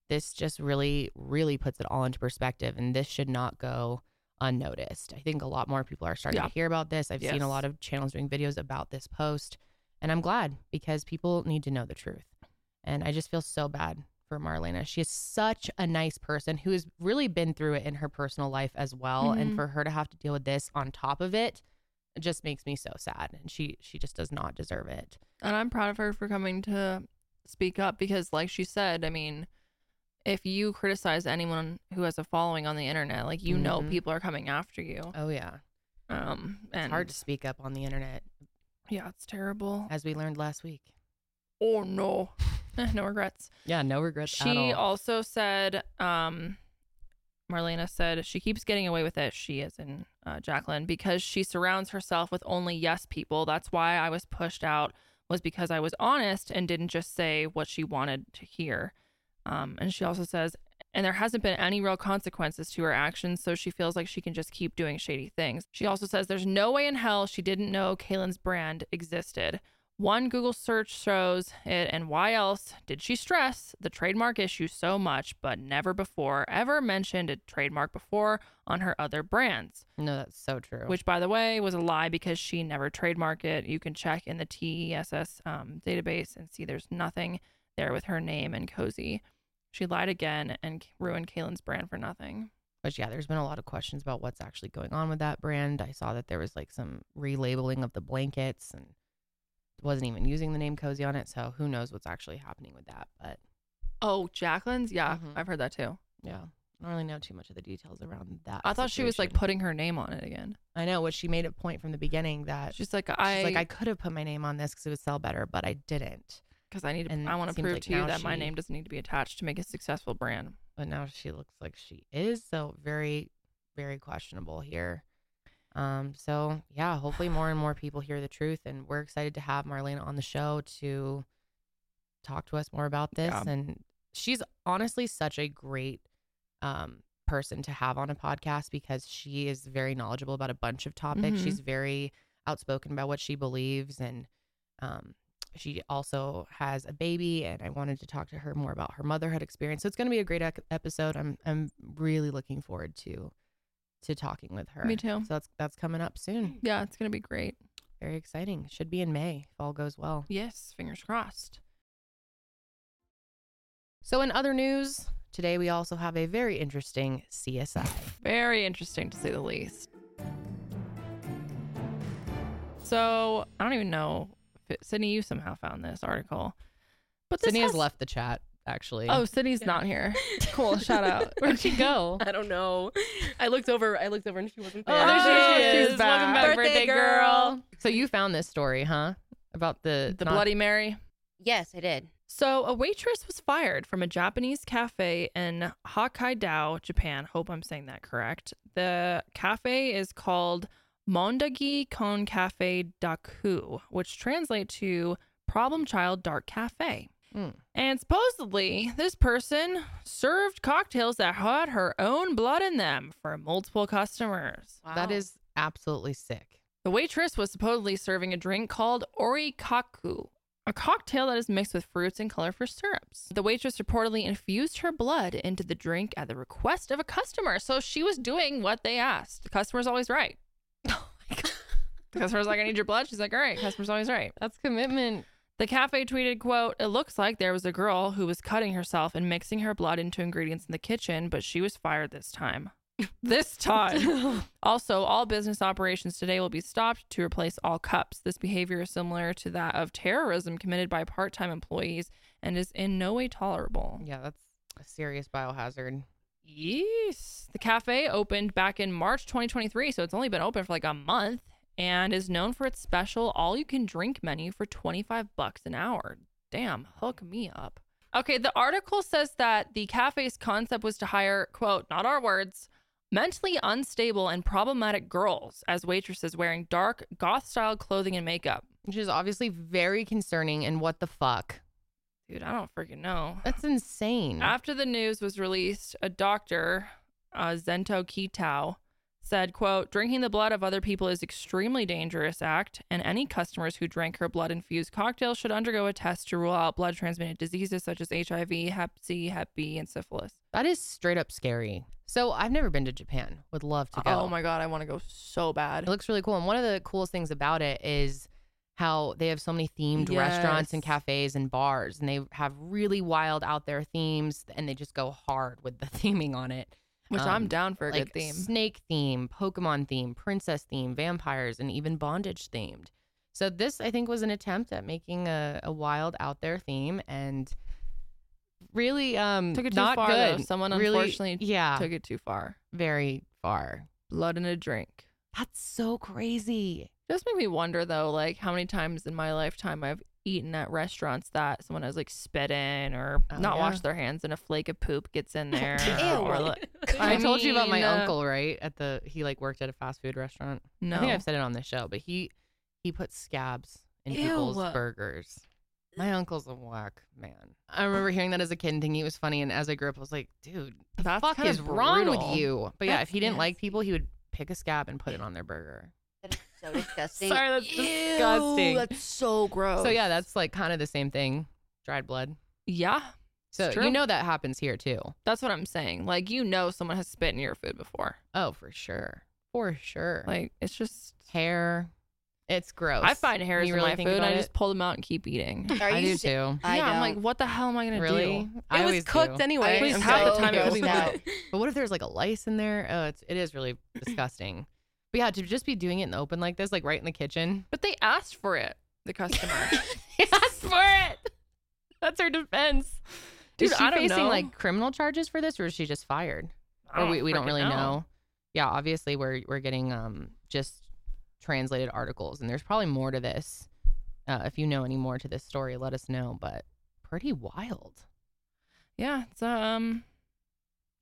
this just really, really puts it all into perspective. And this should not go unnoticed. I think a lot more people are starting
Yeah.
to hear about this. I've seen
Yes.
a lot of channels doing videos about this post, and I'm glad because people need to know the truth. And I just feel so bad for Marlena. She is such a nice person who has really been through it in her personal life as well.
Mhm.
And for her to have to deal with this on top of it, it just makes me so sad. And she she just does not deserve it.
And I'm proud of her for coming to speak up because, like she said, I mean, if you criticize anyone who has a following on the internet, like you know,
Mhm.
people are coming after you.
Oh yeah.
Um, and
It's hard to speak up on the internet,
yeah, it's terrible.
as we learned last week.
Oh no, no regrets.
Yeah, no regrets at
She
all.
also said, um, Marlena said she keeps getting away with it. She is in uh, Jacqueline because she surrounds herself with only yes people. That's why I was pushed out was because I was honest and didn't just say what she wanted to hear. Um, and she also says, and there hasn't been any real consequences to her actions, so she feels like she can just keep doing shady things. She also says there's no way in hell she didn't know Kaylin's brand existed. One Google search shows it, and why else did she stress the trademark issue so much, but never before ever mentioned a trademark before on her other brands?
no, that's so true.
Which, by the way, was a lie because she never trademarked it. You can check in the TESS um, database and see there's nothing there with her name and Cozy. She lied again and ruined Kaylin's brand for nothing.
But yeah, there's been a lot of questions about what's actually going on with that brand. I saw that there was like some relabeling of the blankets and wasn't even using the name Cozy on it. So who knows what's actually happening with that. But
Oh, Jacqueline's? Yeah,
Mhm.
I've heard that too.
yeah, I don't really know too much of the details around that.
I thought she was like
situation.
putting her name on it again.
I know what she made a point from the beginning that she's
She's like, I,
like, I could have put my name on this because it would sell better, but I didn't.
because I need to,
and
I want
it
to
seems
prove
like
to you
now
that my
she-
name doesn't need to be attached to make a successful brand.
But now she looks like she is. So very, very questionable here. Um, so yeah, hopefully more and more people hear the truth, and we're excited to have Marlena on the show to talk to us more about this.
Yeah.
And she's honestly such a great um, person to have on a podcast because she is very knowledgeable about a bunch of topics.
Mhm.
She's very outspoken about what she believes, and um, she also has a baby. And I wanted to talk to her more about her motherhood experience. So it's going to be a great ec- episode. I'm I'm really looking forward to to talking with her.
Me too.
So that's that's coming up soon.
Yeah, it's gonna be great.
Very exciting. Should be in May if all goes well.
Yes, fingers crossed.
So in other news, today we also have a very interesting CSI.
Very interesting to say the least. So I don't even know if it, Sydney. You somehow found this article, but this
Sydney has
has-
left the chat actually.
Oh, Sydney's not here. Cool. Shout out.
where'd she go?
I don't know. I looked over. I looked over, and she wasn't there.
Oh, there she is.
She's back.
Welcome back, birthday,
Birthday
girl.
So you found this story, huh? About the
The
non-
Bloody Mary.
Yes, I did.
So, a waitress was fired from a Japanese cafe in Hokkaido, Japan. Hope I'm saying that correct. The cafe is called Mondagi Kon Cafe Daku, which translates to Problem Child Dark Cafe.
Mm.
And supposedly, this person served cocktails that had her own blood in them for multiple customers.
That is absolutely sick.
The waitress was supposedly serving a drink called orikaku, a cocktail that is mixed with fruits and colorful syrups. The waitress reportedly infused her blood into the drink at the request of a customer. So she was doing what they asked. The customer's always right. The customer's like, I need your blood. She's like, all right, customer's always right.
That's commitment.
The cafe tweeted, quote, It looks like there was a girl who was cutting herself and mixing her blood into ingredients in the kitchen, but she was fired this time. this time. also, all business operations today will be stopped to replace all cups. This behavior is similar to that of terrorism committed by part time employees and is in no way tolerable.
Yeah, that's a serious biohazard.
Yes. The cafe opened back in March 2023, so it's only been open for like a month and is known for its special all you can drink menu for 25 bucks an hour. Damn, hook me up. Okay, the article says that the cafe's concept was to hire, quote, not our words, mentally unstable and problematic girls as waitresses wearing dark goth style clothing and makeup.
Which is obviously very concerning and what the fuck?
Dude, I don't freaking know.
That's insane.
After the news was released, a doctor, uh, Zento Kitao, said, quote, drinking the blood of other people is extremely dangerous act, and any customers who drank her blood-infused cocktail should undergo a test to rule out blood-transmitted diseases such as HIV, Hep C, Hep B, and syphilis.
that is straight up scary. So I've never been to Japan. Would love to go.
Oh my god, I want to go so bad.
It looks really cool. And one of the coolest things about it is how they have so many themed restaurants and
Yes.
cafes and bars, and they have really wild out there themes, and they just go hard with the theming on it.
Which I'm
um,
down for a
like
good theme.
snake theme, Pokemon theme, princess theme, vampires, and even bondage themed. So this, I think, was an attempt at making a, a wild out there theme, and really um
Took it too
not
far, though.
good.
Someone
Really-
unfortunately
yeah
Took it too far.
very far.
Blood in a drink.
That's so crazy.
Just made me wonder though, like how many times in my lifetime I've eaten at restaurants that someone has like spit in or
Oh,
not
yeah.
washed their hands and a flake of poop gets in there. or,
Ew.
like-
I, told you about my
mean, uh,
uncle, right? At the he like worked at a fast food restaurant.
No.
I think I've said it on this show, but he he put scabs in people's
Ew.
burgers. My uncle's a whack man. I remember hearing that as a kid and thinking it was funny, and as I grew up, I was like, dude, the
That's
fuck
kind
is
of
wrong
brutal.
with you? But yeah,
That's
if he didn't like
nasty.
people, he would pick a scab and put it on their burger.
That is so disgusting.
Sorry, that's disgusting. That's so gross.
So yeah, that's like kind of the same thing, dried blood.
yeah,
So
true.
you know that happens here too.
that's what I'm saying. Like you know, someone has spit in your food before.
Oh, for sure, for sure.
Like it's just.
hair, it's gross.
I find hairs
You
in
really
my
think
food. and I
about
just
it?
pull them out and keep eating.
Are
I
you
do
si-
too.
I
yeah, I'm like,
don't.
what the hell am I gonna
Really?
do?
I
It was
always
cooked
do.
anyway.
At least
I'm
half the
so
time it could be
grossed out.
But what if there's like a lice in there? Oh, it's it is really disgusting. But yeah, to just be doing it in the open like this, like right in the kitchen.
But they asked for it. The customer.
Yes, for it. That's her defense.
Dude,
is she
I don't
facing
know.
like criminal charges for this, or is she just fired?
I
or we, we don't
freaking
really know. Yeah, obviously we're we're getting um just translated articles, and there's probably more to this. Uh, if you know any more to this story, let us know. But pretty wild.
Yeah, it's um,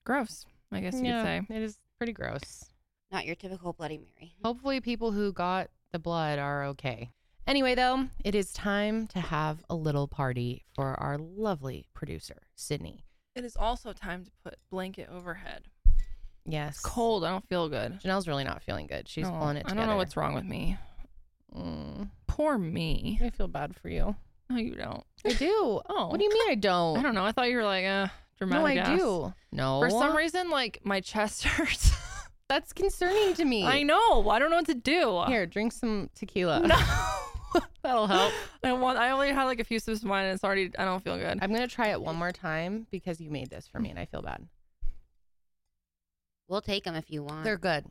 gross. I guess you could say.
it is pretty gross.
Not your typical Bloody Mary.
Hopefully, people who got the blood are okay. Anyway, though, it is time to have a little party for our lovely producer, Sydney.
It is also time to put blanket overhead.
Yes.
It's cold. I don't feel good.
Janelle's really not feeling good. She's
No,
pulling it
I
together.
don't know what's wrong with me.
Mm,
Poor me.
I feel bad for you.
No, you don't.
I do.
Oh.
What do you mean I don't?
I don't know. I thought you were like uh
No, I
dramatic. ass.
do. No.
For some reason, like my chest hurts.
that's concerning to me.
I know. I don't know what to do.
Here, drink some tequila.
No.
That'll help.
I want. I only had like a few sips of wine, and it's already. I don't feel good.
I'm gonna try it one more time because you made this for me, and I feel bad.
We'll take them if you want.
They're good.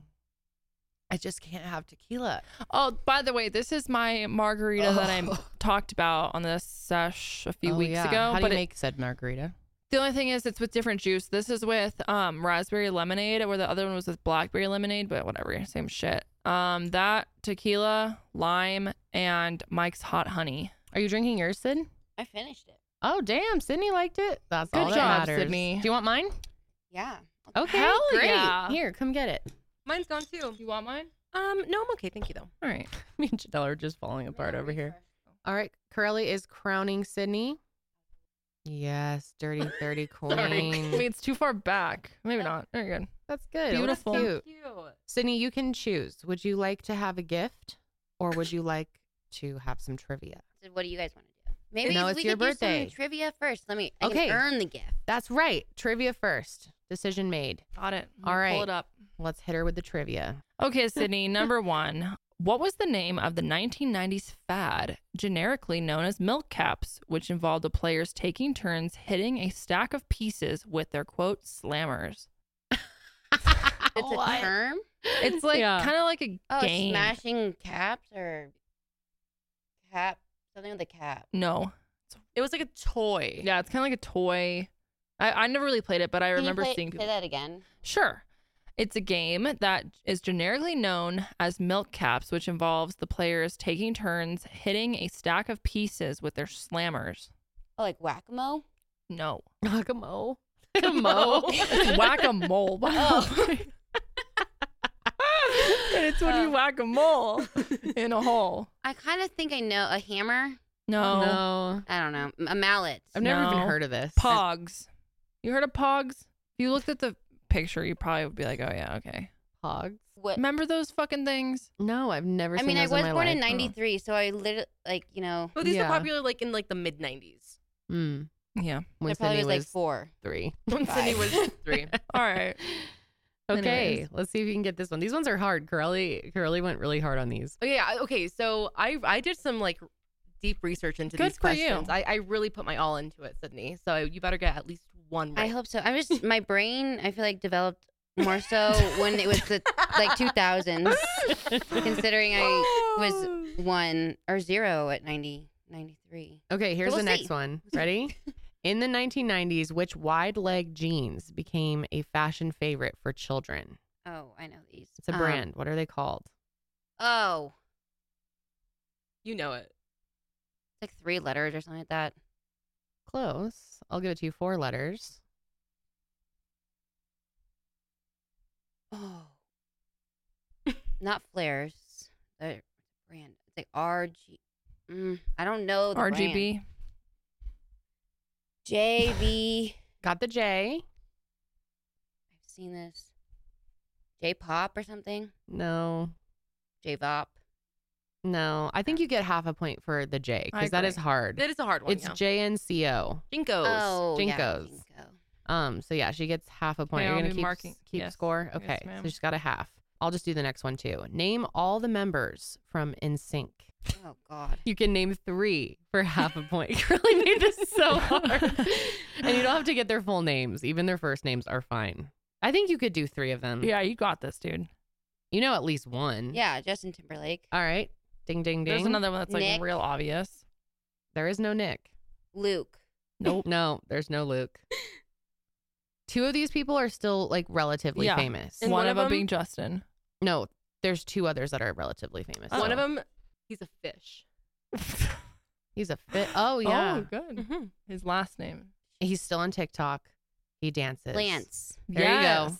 I just can't have tequila.
Oh, by the way, this is my margarita that I
Ugh.
talked about on this sesh a few weeks ago.
Oh. How do
but
you
it-
make said margarita?
the only thing is, it's with different juice. This is with um raspberry lemonade, where the other one was with blackberry lemonade. But whatever, same shit. Um, that tequila, lime, and Mike's hot honey.
Are you drinking yours, Sid?
I finished it.
Oh, damn. Sydney liked it. That's
Good
all that
job,
matters.
Sydney.
Do you want mine?
Yeah.
Okay.
Hell
great.
yeah.
Here, come get it.
Mine's gone too.
You want mine?
Um, no, I'm okay. Thank you though.
All right.
Me and Chanel are just falling apart over here. All right, Curly is crowning Sydney. Yes, dirty thirty
I mean,
queen.
it's too far back. Maybe not. Very good.
That's good. Well, that's
Beautiful.
cute. Sydney, you can choose. Would you like to have a gift, or would you like to have some trivia?
So what do you guys want to do? Maybe
No,
we
it's
could
your
do some
birthday.
trivia first. Let me. I
Okay.
can earn the gift.
That's right. Trivia first. Decision made.
Got it.
All
All right.
right.
Pull it up.
Let's hit her with the trivia.
Okay, Sydney, number one. What was the name of the 1990s fad, generically known as milk caps, which involved the players taking turns hitting a stack of pieces with their quote slammers?
It's a term.
It's like
Yeah.
kind of like a
Oh,
game.
smashing caps or cap something with a cap.
No,
It was like a toy.
yeah, it's kind of like a toy. I, I never really played it, but I
Can you
remember
play-
seeing people.
Say that again.
Sure. It's a game that is generically known as milk caps, which involves the players taking turns hitting a stack of pieces with their slammers.
Oh, like whack a mole.
No.
Nakamo.
It's whack a mole, by the way. And it's when you
Oh.
whack a mole in a hole.
I kind of think I know a hammer.
No.
No.
I don't know a mallet.
I've never even
No.
heard of this.
Pogs. You heard of pogs? If you looked at the picture, you probably would be like, oh, yeah, okay.
Pogs.
What?
Remember those fucking things?
No, I've never
I
seen
mean, I
those
was
in my
born
life.
in '93, so I literally like you know.
But these
Yeah.
were popular like in like the mid '90s.
Mm.
Yeah.
I
When Sydney
probably was
was,
like four.
three.
When Sydney was three.
All right.
Okay,
Anyways.
let's see if you can get this one. These ones are hard. Curly Curly went really hard on these.
Okay, I- okay. So I I did some like deep research into
Good
these
for you.
questions. I, I really put my all into it, Sydney. So you better get at least one right.
I hope so. I'm just my brain. I feel like developed more so when it was the like 2000s, considering I was one or zero at 90, 93.
Okay, here's
we'll
the next
see.
one. Ready? In the 1990s, which wide leg jeans became a fashion favorite for children?
Oh, I know these.
It's a
Um,
brand. What are they called?
Oh,
You know it.
it's like three letters or something like that.
Close. I'll give it to you four letters.
Oh, not flares. The brand. It's like RG. Mm, I don't know the brand.
RGB.
JV.
Got the J.
I've seen this. J pop or something.
No,
J Vop.
no. I think you get half a point for the J
I
because that
agree.
is hard.
That is a hard one.
It's
yeah.
JNCO.
Jinkos.
Oh, yeah.
Jinkos. Um, so yeah, she gets half a point.
Okay,
You're
I'll
gonna
be
keep
marking-
keep
yes.
score.
Yes,
Okay,
ma'am.
so she's got a half. I'll just do the next one too. Name all the members from NSYNC.
Jinko. Oh God.
You can name three for half a point. You really made this so hard, and you don't have to get their full names. Even their first names are fine. I think you could do three of them.
Yeah, you got this, dude.
you know at least one.
Yeah, Justin Timberlake.
All right. Ding ding ding.
There's another one that's like
Nick.
real obvious.
There is no Nick.
Luke.
Nope.
No, there's no Luke. Two of these people are still like relatively
Yeah.
famous.
And
one,
one
of
of
them being
them-
Justin.
No, there's two others that are relatively famous.
One
so-
of them, he's a fish.
He's a fit. Oh
Oh,
yeah,
good.
Mm-hmm.
His last name.
he's still on TikTok. He dances.
Lance.
There you go.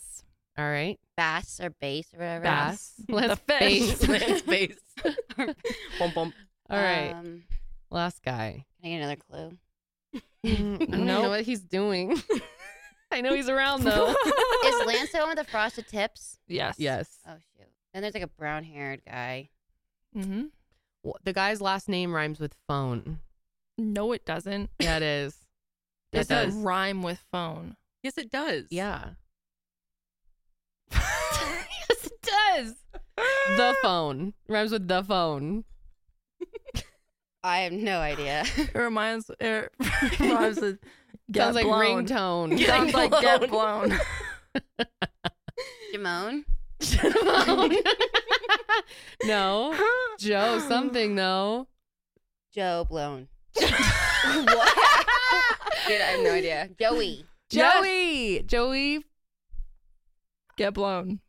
All right.
Bass or bass or whatever.
Bass.
Lance
The fish.
Bass.
His face. bump, bump.
All right.
Um,
Last guy.
can I get another clue?
Mm, I don't even know
Nope.
what he's doing. I know he's around though.
Is Lance the one with the frosted tips?
Yes.
yes.
Oh shoot. Then there's like a brown haired guy.
hmm
W- The guy's last name rhymes with phone.
No, it doesn't.
Yeah, it is. It
Does that
does.
rhyme with phone?
Yes, it does.
Yeah.
yes, it does.
The phone rhymes with the phone.
I have no idea.
It reminds. It rhymes with. Get
Sounds like
blown.
ringtone.
Sounds like get blown.
Jamone?
Phone. no. Joe something though.
Joe Blown. what? Dude, I have no idea. Joey.
Joey. Joey.
Get blown.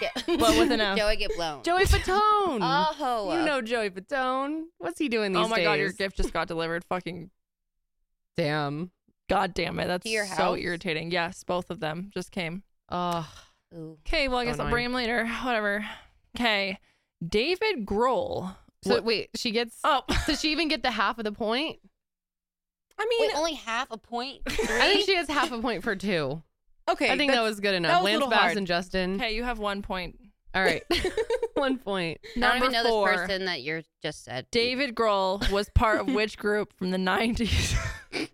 Get-
But with an F.
Joey get blown.
Joey Fatone.
Oh.
you know Joey Fatone. What's he doing these
Oh my god, your
days?
gift just got delivered. Fucking
Damn.
god damn it. That's
To your
so
house?
irritating. Yes, both of them just came.
Oh,
Ooh.
Okay, well, I
So
guess I'll bring him later. Whatever. Okay. David Grohl
So
What-
wait, she gets.
Oh,
Does she even get the half of the point?
I mean,
Wait, only half a point.
I think she has half a point for two.
okay.
I think that
that's-
was good enough.
was a
Lance
little
Bass
hard.
and Justin.
okay. You have one point.
All right, one point.
I don't
Number
even know
four.
this person that you are just said.
David Grohl was part of which group from the 90s?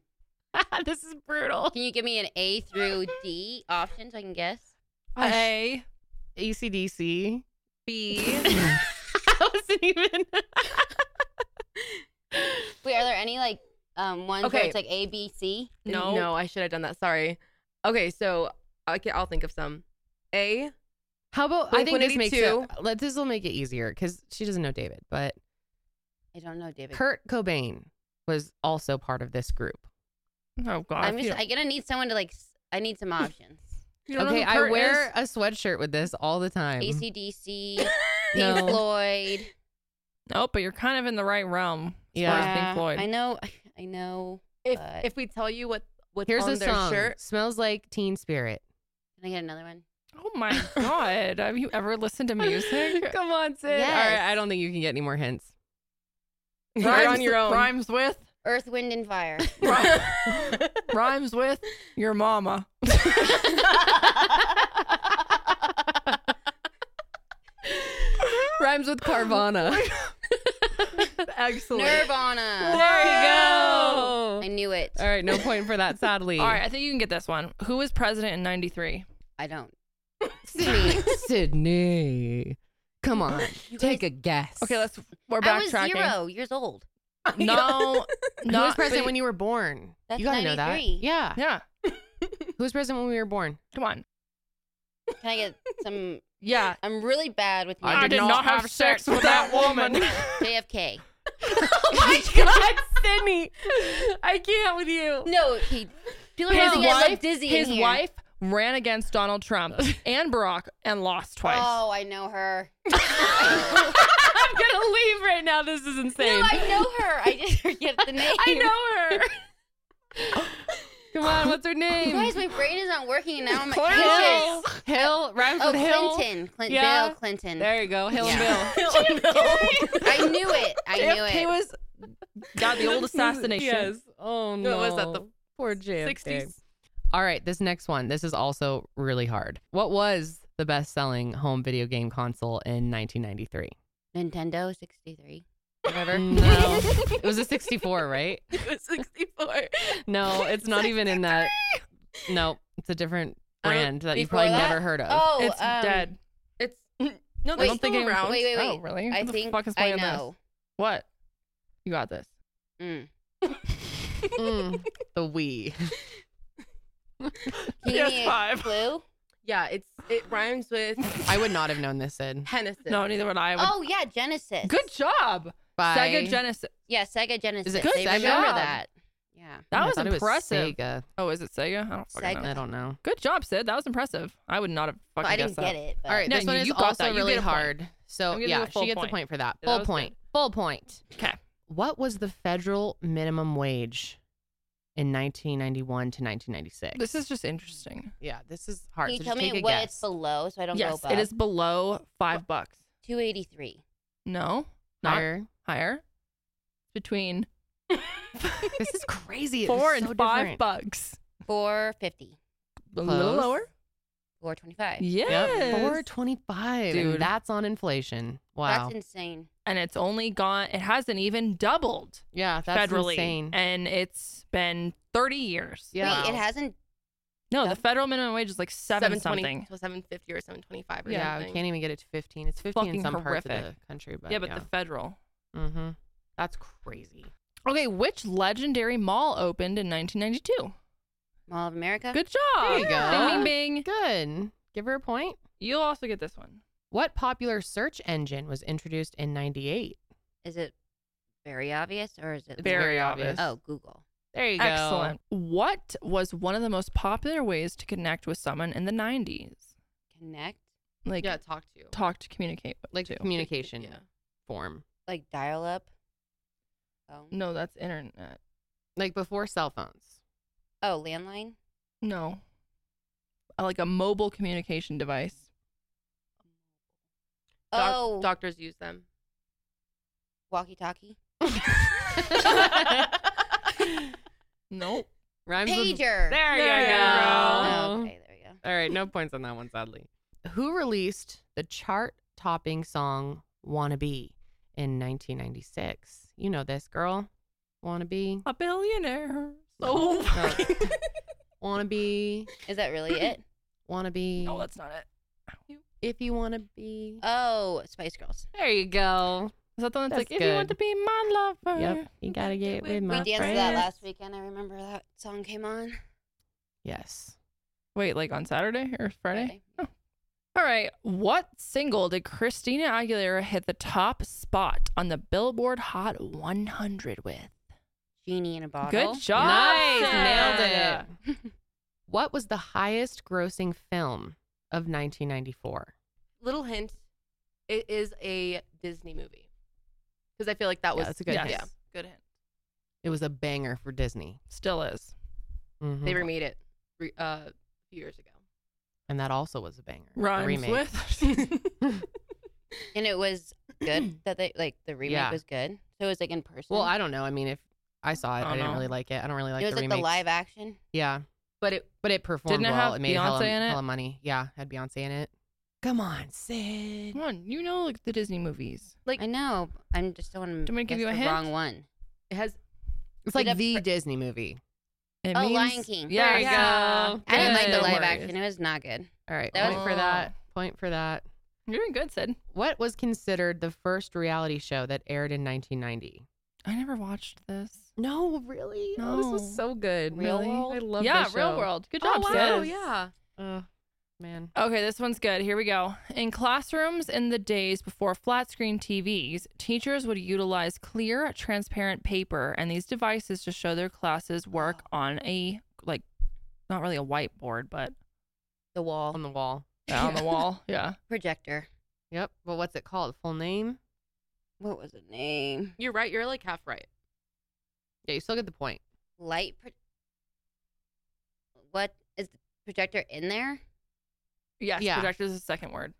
this is brutal.
Can you give me an A through D option so I can guess?
A,
ACDC.
B.
I wasn't even.
Wait, are there any like um ones where
Okay.
it's like A B C?
No.
No, I should have done that. Sorry. Okay, so okay, I'll think of some. A.
How about I think this makes it.
182.
Let this will make it easier because she doesn't know David, but
I don't know, David.
Kurt Cobain was also part of this group.
Oh God.
I'm
you
just.
don't-
I'm gonna need someone to like. s- I need some options.
you don't know
Okay,
who
I
Kurt
wear
is?
a sweatshirt with this all the time.
ACDC, Pink
No.
Floyd.
No, but you're kind of in the right realm. as far as
Yeah.
Pink Floyd.
I know. I know.
If
But-
if we tell you what what's
Here's
on
a
their
song.
shirt,
Smells like Teen Spirit.
Can I get another one?
Oh my God. Have you ever listened to music?
Come on, Sid. All
Yes.
right, I don't think you can get any more hints.
you're on your own.
Rhymes with.
Earth, Wind, and Fire.
Rhymes with your mama.
Rhymes with Carvana.
Excellent.
Nirvana.
there
I knew it.
Er,
All right, no point for that, sadly.
All right, I think you can get this one. Who was president in '93?
I don't.
Sydney. Sydney. Come on,
You
take
guys-
a guess.
Okay, let's. We're
I was
backtracking.
zero years old.
No,
Who was
not
president
but-
when you were born?
That's
you gotta know that.
93.
Yeah.
Yeah,
Who was president when we were born?
come on.
Can I get some?
Yeah,
I'm really bad with
I
names.
did not have sex with that woman.
JFK.
my God, Sydney. I can't with you.
No, he. People are
His
gonna think I
wife-
look dizzy. in
His
here.
wife ran against Donald Trump and Barack and lost twice.
Oh, I know her.
I'm gonna leave right now. This is insane.
No, I know her. I just forget the name.
I know her. Come on, what's her name?
Guys, my brain is not working and now. I'm
Clinton.
anxious.
Hill. Rhymes
Oh,
with Hill.
Clinton. Clint-
Yeah.
Bill Clinton.
There you go. Hill
Yeah.
and Bill.
I knew it. I knew
JFK
it.
was got the old assassination.
Yes. Oh no.
was that, the
poor JFK?
60s?
All right, this next one. This is also really hard. What was the best-selling home video game console in 1993?
Nintendo 63.
Whatever. No, it was a 64, right?
It was 64.
No, it's not even in that. No, it's a different
Oh,
I don't-
brand that you've
before
probably
that?
never heard of.
Oh,
It's
um,
dead.
It's
I
no, they're
don't
wait,
think
still
anyone's-
around.
Wait, wait, wait.
Oh, really?
I
Who the
think
fuck is
I
playing this?
know.
What? You got this.
Mm.
Oh.
Mm, the Wii.
Can you give me a
PS5.
clue?
Yeah, it's it rhymes with
I would not have known this, Sid.
Hennessy.
No, neither would I. I Would.
Oh yeah, Genesis.
Good job.
By
Sega Genesis.
Yeah, Sega Genesis.
it
they
Sega?
remember
Good job.
that. Yeah.
That
I
was
thought it
impressive.
Sega.
Oh, is it Sega? I don't fucking
Sega.
know.
I don't know.
Good job, Sid. That was impressive. I would not have
Well,
fucking
I
guessed
didn't
that.
get it. But
All right,
No,
this one
you-
is
you got
also
that. You
really
get a point.
hard. So
I'm gonna do
yeah,
a full
she gets
point.
a point for that.
That
Full
was
point. Full point.
'Kay.
What was the federal minimum wage in 1991 to 1996?
This is just interesting.
yeah, this is hard.
Can you
so
tell
just take
me
a
what
guess.
it's below so I don't
yes,
go
it is below five bucks.
two eighty three.
No, not higher.
Higher.
Between
this is crazy. It was
four
so
and five
different.
bucks.
Four fifty.
A little
Close.
lower.
Four twenty five.
Yes.
Yep. 425.
Dude.
And that's on inflation. Wow.
That's insane.
And it's only gone. It hasn't even doubled
yeah, that's
federally,
insane.
and it's been thirty years.
yeah.
Wait, it hasn't
No, the federal minimum wage is like seven something.
seven fifty or seven twenty five or
yeah, we
something.
can't even get it to 15. It's 15 in
Fucking
some parts of
horrific.
the country, but
Yeah, but the federal.
mm-hmm. That's crazy.
Okay, which legendary mall opened in 1992?
Mall of America.
Good job.
There you go.
Bing, bing, bing.
Good. Give her a point.
You'll also get this one.
What popular search engine was introduced in 98?
Is it very obvious or is it
It's
Very obvious.
Oh, Google.
There you go.
Excellent. What was one of the most popular ways to connect with someone in the 90s?
Connect.
Like
yeah, talk to you.
talk to communicate with.
Like
too.
communication
Yeah.
form.
Like dial up. Phone.
No, that's internet.
Like before cell phones.
Oh, landline.
No. Uh, Like a mobile communication device.
Doc-
Oh,
doctors use them.
walkie-talkie,
Nope.
Rhymes with-
pager.
There, you
There you
go.
Oh, okay, there we go.
All right, no points on that one, sadly. Who released the chart-topping song "Wanna Be" in 1996? You know this girl, "Wanna Be."
A billionaire. So
No. No. Wanna be,
Is that really it?
wanna be.
no, that's not it.
if you wanna be.
Oh, Spice Girls.
There you go.
Is that the one that's,
That's
like, if you want to
good.
be my lover?
Yep. You gotta get with my
We danced to that
friends.
last weekend. I remember that song came on
Yes.
Wait, like on Saturday or Friday?
Friday.
All right. What single did Christina Aguilera hit the top spot on the Billboard Hot 100 with?
Genie in a bottle.
Good job.
Nice,
Sam.
nailed What was the highest grossing film of 1994?
Little hint, it is a Disney movie. Because I feel like that was
that's a good
yes.
hint.
yeah, good hint. Mm-hmm.
It was a banger for Disney.
Still is.
Mhm.
They remade it re- uh, a few years ago.
and that also was a banger. The
Rhymes
remake.
with.
And it was good that they like the remake
Yeah.
was good. So it was like in person.
Well, I don't know. I mean, if I saw it,
I
I,
don't
didn't
know.
really like it. I don't really like
it was
the
like
remake.
the live action.
Yeah,
But it
but it performed
Didn't it
well.
have
it made hella,
Beyonce in it?
hella money. Yeah, had Beyonce in it. Come on, Sid.
Come on, you know like the Disney movies.
like
I know. I'm just don't want
Do you
to
want me to give you a
the
hint?
wrong one.
it has
It's like
Did it
the
pre-
Disney movie.
It
Oh, Lion King.
Yeah,
There you go.
I didn't like the
Good.
live
Worries.
action. It was not good.
All right,
That
point
was-
for that. Point for that.
You're doing good, Sid.
What was considered the first reality show that aired in 1990?
I never watched this.
No, really? Oh, this
No.
was so good.
Real
really?
World?
I love
yeah,
this
Real
show.
World. Good job,
oh
Sid.
wow, yeah.
Ugh, man.
Okay, this one's good. Here we go. In classrooms in the days before flat screen TVs, teachers would utilize clear, transparent paper and these devices to show their classes work on a like not really a whiteboard, but
The wall
On the wall.
on the wall. Yeah.
projector.
Yep. Well, what's it called? Full name?
What was the name?
You're right. You're like half right.
Yeah, you still get the point.
Light. Pro- what is the projector in there?
Yes,
Yeah.
projector is the second word.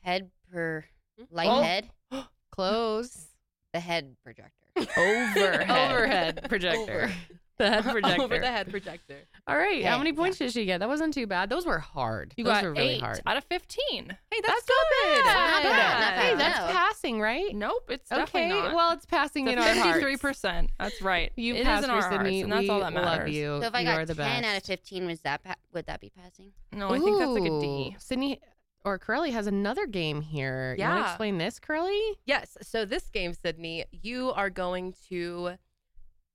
Head per
Hmm?
light
Oh.
head.
Close.
The head projector.
Overhead.
Overhead projector. The head projector.
Over the head projector.
All right.
Yeah,
How many
yeah.
points did she get? That wasn't too bad. Those were hard.
You
Those
got
were really
eight
hard.
out of fifteen.
Hey,
That's good.
Not bad, not
Hey,
bad.
that's
No.
passing, right?
Nope, it's
okay.
definitely not.
Well, it's passing in our hearts.
fifty-three percent. That's right.
You
it
passed
is in our
for
hearts,
Sydney.
and that's
we
all that matters.
love you.
So if I
you
got
are the
ten
best.
out of fifteen, was that pa- would that be passing?
Oh,
No, I think that's like a D.
Ooh, Sydney or Curly has another game here. You want
Yeah.
to explain this, Curly?
Yes. So this game, Sydney, you are going to.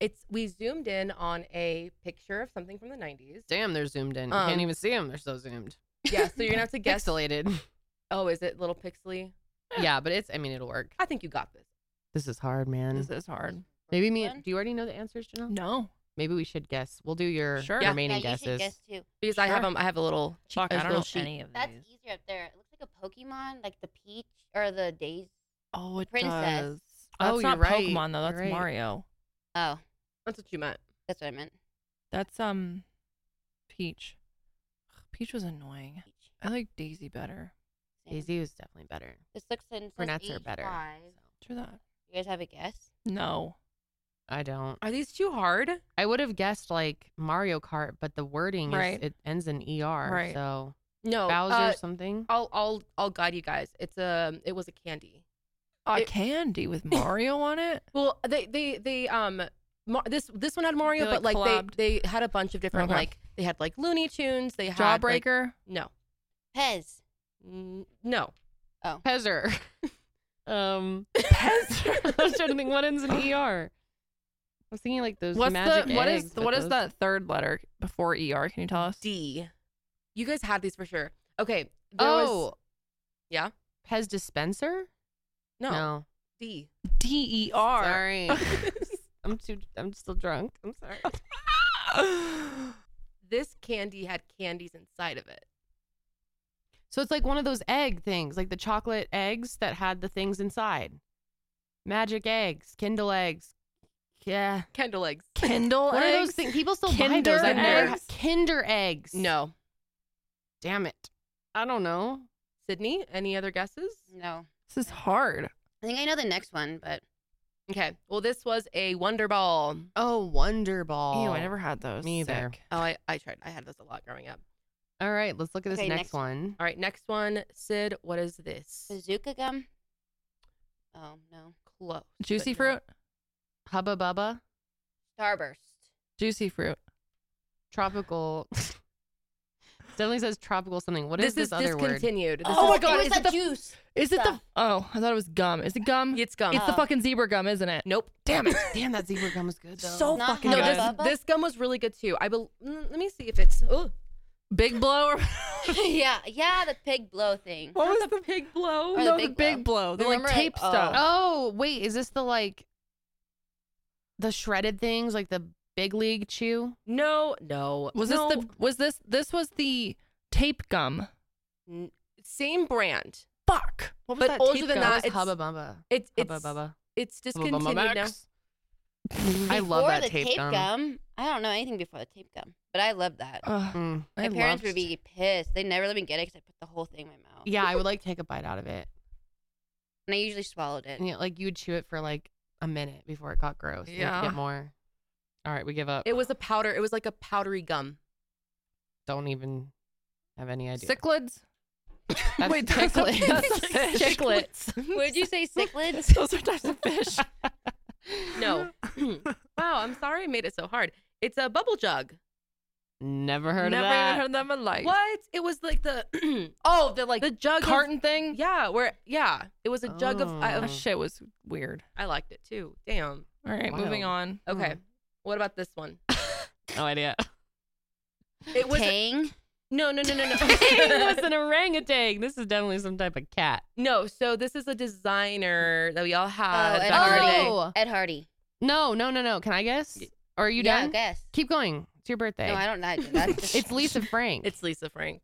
It's we zoomed in on a picture of something from the 90s.
Damn, they're zoomed in.
Um,
Can't even see them. They're so zoomed.
Yeah. So you're gonna have to guess.
Pixelated.
Oh, is it little pixely?
yeah, but it's. I mean, it'll work.
I think you got this.
This is hard, man.
This is hard.
Maybe me.
One?
Do you already know the answers, Janelle?
No,
Maybe we should guess. We'll do your
Sure. Yeah,
remaining
yeah,
guesses.
You should guess too.
Because I have
Sure.
um, I have a little. cheat-
fuck,
a
I don't
little
know
sheet.
any of
That's
these.
easier up there. It looks like a Pokemon, like the Peach or the Daisy.
Oh, it
Princess.
does.
Oh,
That's
you're
not
right.
Pokemon though.
You're
That's
right.
Mario.
Oh,
That's what you meant.
that's what I meant.
That's um, Peach. Ugh, Peach was annoying.
Peach.
I like Daisy better.
Same.
Daisy was definitely better.
This looks in.
Brunettes are better.
Five.
True that.
You guys have a guess?
No.
I don't.
Are these too hard?
I would have guessed like Mario Kart, but the wording
Right.
is, it ends in er.
Right.
So
No.
Bowser
uh,
something.
I'll I'll I'll guide you guys. It's a it was a candy.
A
It-
candy with Mario on it.
Well, they they they um Mar- this this one had Mario,
They,
but
like,
like
collabed.
they they had a bunch of different
Okay.
like they had like Looney Tunes. They had like-
Jawbreaker.
no,
Pez.
Mm, no.
Pezzer. um, Pezzer. I was trying to think what ends in er. I was thinking like those
What's
magic
the what is
eggs,
the-
but
what is
those-
that third letter before er? Can you tell us?
D. You guys had these for sure. Okay. There
Oh,
was, yeah.
Pez dispenser?
No, D.
D E R.
Sorry. I'm too. I'm still drunk. I'm sorry.
This candy had candies inside of it.
So it's like one of those egg things, like the chocolate eggs that had the things inside. Magic eggs, Kindle eggs. Yeah.
Kendall eggs.
Kindle
What are
eggs.
those things? People still buy
Kinder
those. I've never
eggs?
had Kinder eggs.
No.
Damn it. I don't know.
Sydney, any other guesses?
No.
This is hard.
I think I know the next one, but
Okay. Well, this was a Wonder Ball.
Oh, Wonder Ball.
Ew, I never had those.
Me either.
Sick.
Oh, I, I tried. I had this a lot growing up.
All right, let's look at this
Okay,
next,
next-
one.
All right. Next one, Sid. What is this?
Bazooka gum. Oh no,
Close.
Juicy
but
fruit.
not.
Hubba Bubba
Starburst.
Juicy fruit.
Tropical. Definitely says tropical something. What is
this
this,
is
other word?
discontinued. This
Oh my
is-
God,
It was
is it
that
the-
juice?
Is it
Stuff.
the? Oh, I thought it was gum. Is it gum?
It's gum.
It's the
Uh,
fucking zebra gum, isn't it?
nope.
Damn it.
Damn, that zebra gum was good though.
So
Not
fucking
No,
Hubba
good.
this,
Bubba?
this gum was really good too. I bel mm, let me see if it's oh
Big blow. Or-
yeah, yeah, the pig blow thing.
what was
the pig blow.
Or
no,
the big
the big blow. They're like
Remember, like,
tape
oh.
stuff.
Oh wait, is this the like the shredded things like the big league chew?
No, no.
Was
Oh, no.
this the? Was this? This was the tape gum.
N- same brand?
Fuck. What was
But
that?
older
tape
than
gum?
that,
That
Uh,
was
it's-
Hubba Bubba.
It's it's
Hubba Bubba.
it's
Hubba Bubba
discontinued now.
Max. I love
Before
that
the
tape, gum.
I don't know anything before the tape gum, but I love that.
Ugh,
Mm.
I
my parents
loved-
would be pissed. They never let me get it because I put the whole thing in my mouth.
Yeah, I would like take a bite out of it.
and I usually swallowed it.
And, yeah, like you would chew it for like a minute before it got gross. and you have to
Yeah.
get more. All right, we give up.
It was a powder. It was like a powdery gum.
Don't even have any idea.
Cichlids.
That's
Wait, that's-
chiclets.
that's a fish.
chiclets.
Would you say cichlids?
Those are types of fish.
No. wow, I'm sorry I made it so hard. It's a bubble jug.
Never heard
Never
of that.
even heard of them in my life.
What? It was like the oh, the like the jug of-
carton thing?
yeah, where yeah, it was a jug of. I,
That
Oh.
shit was weird.
I liked it too. Damn.
All right, moving on.
Okay. What about this one?
No idea.
It was
Tang.
no, no, no, no,
It
no.
was an orangutan. This is definitely some type of cat.
no. So this is a designer that we all
oh,
had.
Ed
back in the
Hardy.
day.
Oh.
Ed Hardy.
No, no, no, no. Can I guess?
Y-
Or are you
yeah,
done?
Guess.
Keep going. It's your birthday.
No, I don't know. how to do that.
It's Lisa Frank.
It's Lisa Frank.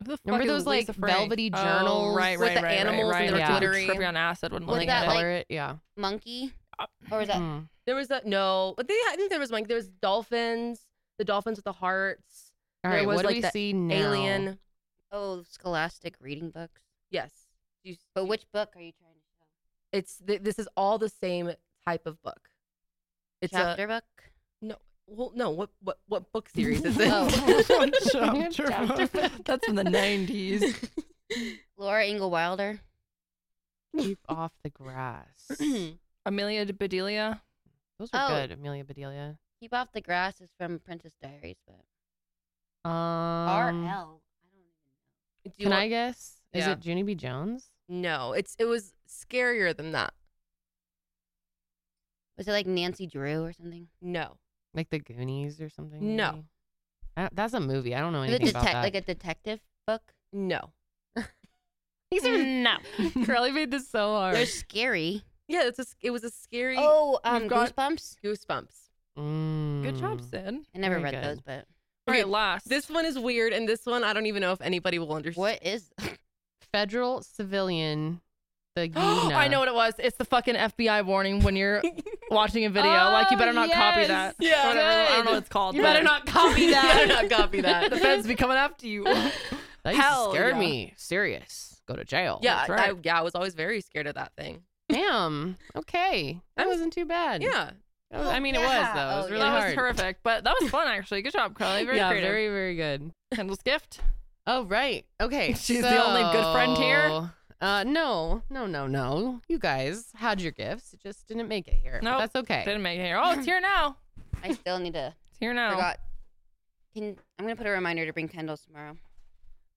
Who the
Remember
fuck is
those, like,
Lisa Frank?
velvety
Oh,
journals
right, right,
with the
right, right,
animals
right,
and they're
yeah.
glittery?
trippy on acid when
Was
looking
that,
at
like-
it.
color it. Yeah.
monkey, or was that?
Mm.
There was a no, but they, I think there was like there was dolphins, the dolphins with the hearts,
All
there
right.
was,
What do
like,
we
that
see now?
alien.
Oh, Scholastic reading books.
Yes, you,
But which book are you trying to show?
it's th- this is all the same type of book. It's
Chapter book.
a well, no, what what what book series is it?
Oh.
Chapter book.
That's from the 90s.
Laura Ingle Wilder.
Keep off the grass. Those
Wait,
Amelia de Bedelia.
are
Oh.
good, Amelia Bedelia.
Keep off the grass is from Princess Diaries, but
Um,
R L.
do you
Can
want-
I guess? Is
Yeah.
it Junie B. Jones?
No, it's it was scarier than that.
Was it like Nancy Drew or something?
No,
Like the Goonies or something?
No.
maybe? I, that's a movie. I don't know
Was it
anything about
detec-
that.
like a detective book?
no,
These are
Mm,
no. Curly made this so hard.
They're scary.
yeah, it's a s- it was a scary
Oh, um,
We've got-
Goosebumps.
goosebumps.
Good job,
Mm.
Sid.
I never
Very
read
good.
those, but
All
Okay,
right, last.
This one is weird, and this one I don't even know if anybody will understand.
what is?
Federal civilian. The
Oh,
Yuna.
I know what it was. It's the fucking FBI warning when you're watching a video. like, you
Oh,
better not copy
yes.
that.
Yeah,
Whatever. I don't know what
good.
it's called.
You
but-
better not copy
Better
that.
not copy that.
the feds be coming after you.
That used to
Hell
scare
yeah.
me. Serious. Go to jail.
Yeah,
That's right.
I, yeah, I was always very scared of that thing.
Damn. Okay. That
I'm-
wasn't too bad.
Yeah.
That was- I mean, it was
Yeah.
though. It was
Oh,
really
that
hard.
was horrific, but that was fun actually. Good job, Carly. Very
yeah,
creative.
very, very good.
Kendall's gift.
Oh right. Okay.
She's the only good friend here?
so, Uh, no, no, no, no. You guys had your gifts. It just didn't make it here. No,
Nope.
that's okay.
Didn't make it here. Oh, it's here now.
I still need to.
It's here now.
Forgot. Can I'm gonna put a reminder to bring Kendall's tomorrow.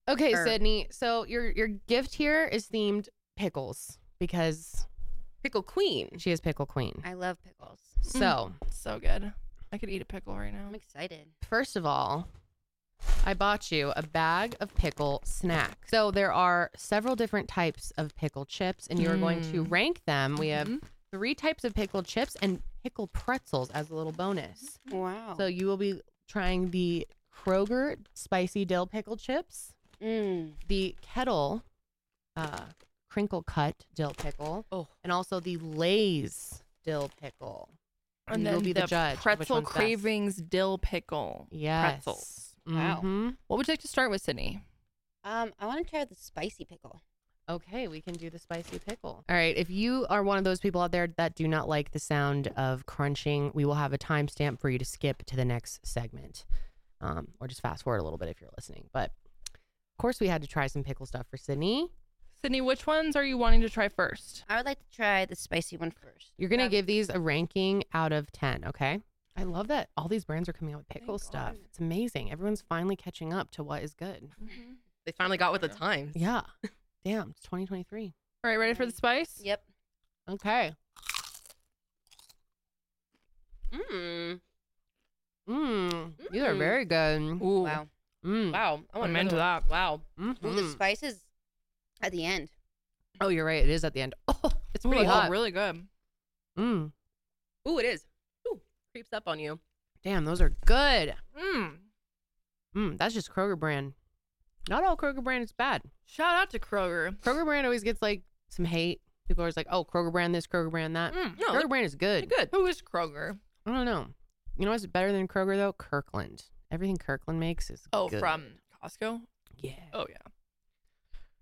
Okay,
Or-
Sydney. So your your gift here is themed pickles because
Pickle Queen.
she is pickle queen.
I love pickles.
So
So good. I could eat a pickle right now.
I'm excited.
first of all, I bought you a bag of pickle snacks. So there are several different types of pickle chips, and you are going to
Mm.
rank them. We have
Mhm.
three types of pickle chips and pickled pretzels as a little bonus.
Wow.
So you will be trying the Kroger spicy dill pickle chips,
mm.
the kettle uh, crinkle cut dill pickle,
Oh.
and also the Lay's dill pickle.
and
And you'll
then
be the
the
judge of which
pretzel
one's best.
cravings dill pickle.
Yes.
Pretzels.
Wow.
Mhm.
What would you like to start with, Sydney?
Um, I want to try the spicy pickle.
Okay, we can do the spicy pickle. All right. If you are one of those people out there that do not like the sound of crunching, we will have a timestamp for you to skip to the next segment. Um, or just fast forward a little bit if you're listening. But of course, we had to try some pickle stuff for Sydney.
Sydney, which ones are you wanting to try first?
I would like to try the spicy one first.
You're going to
Yeah.
give these a ranking out of 10, okay? I love that all these brands are coming out with pickle
Thank
stuff.
God.
It's amazing. Everyone's finally catching up to what is good.
They finally got with the times.
Yeah. Damn, it's 2023.
All right, ready for the spice?
Yep.
Okay.
Mm.
Mm, these are
Mm.
very good.
Ooh,
Wow.
Mm.
Wow. I want
I'm into that.
Wow.
Ooh,
mhm.
the spice is at the end.
Oh, you're right. It is at the end. Oh, it's
Ooh,
pretty
they look
hot.
really good.
Mm.
Ooh, it is. Ooh, creeps up on you.
Damn, those are good.
Mm.
Mm, that's just Kroger brand. Not all Kroger brand is bad.
Shout out to Kroger.
Kroger brand always gets like some hate. People are always like, oh, Kroger brand this, Kroger brand that.
Mm.
No,
Kroger
they're-
brand is
they're
good.
good.
Who is Kroger?
I don't know. You know what's better than Kroger though? Kirkland. Everything Kirkland makes is
Oh,
good.
from Costco.
yeah.
Oh yeah.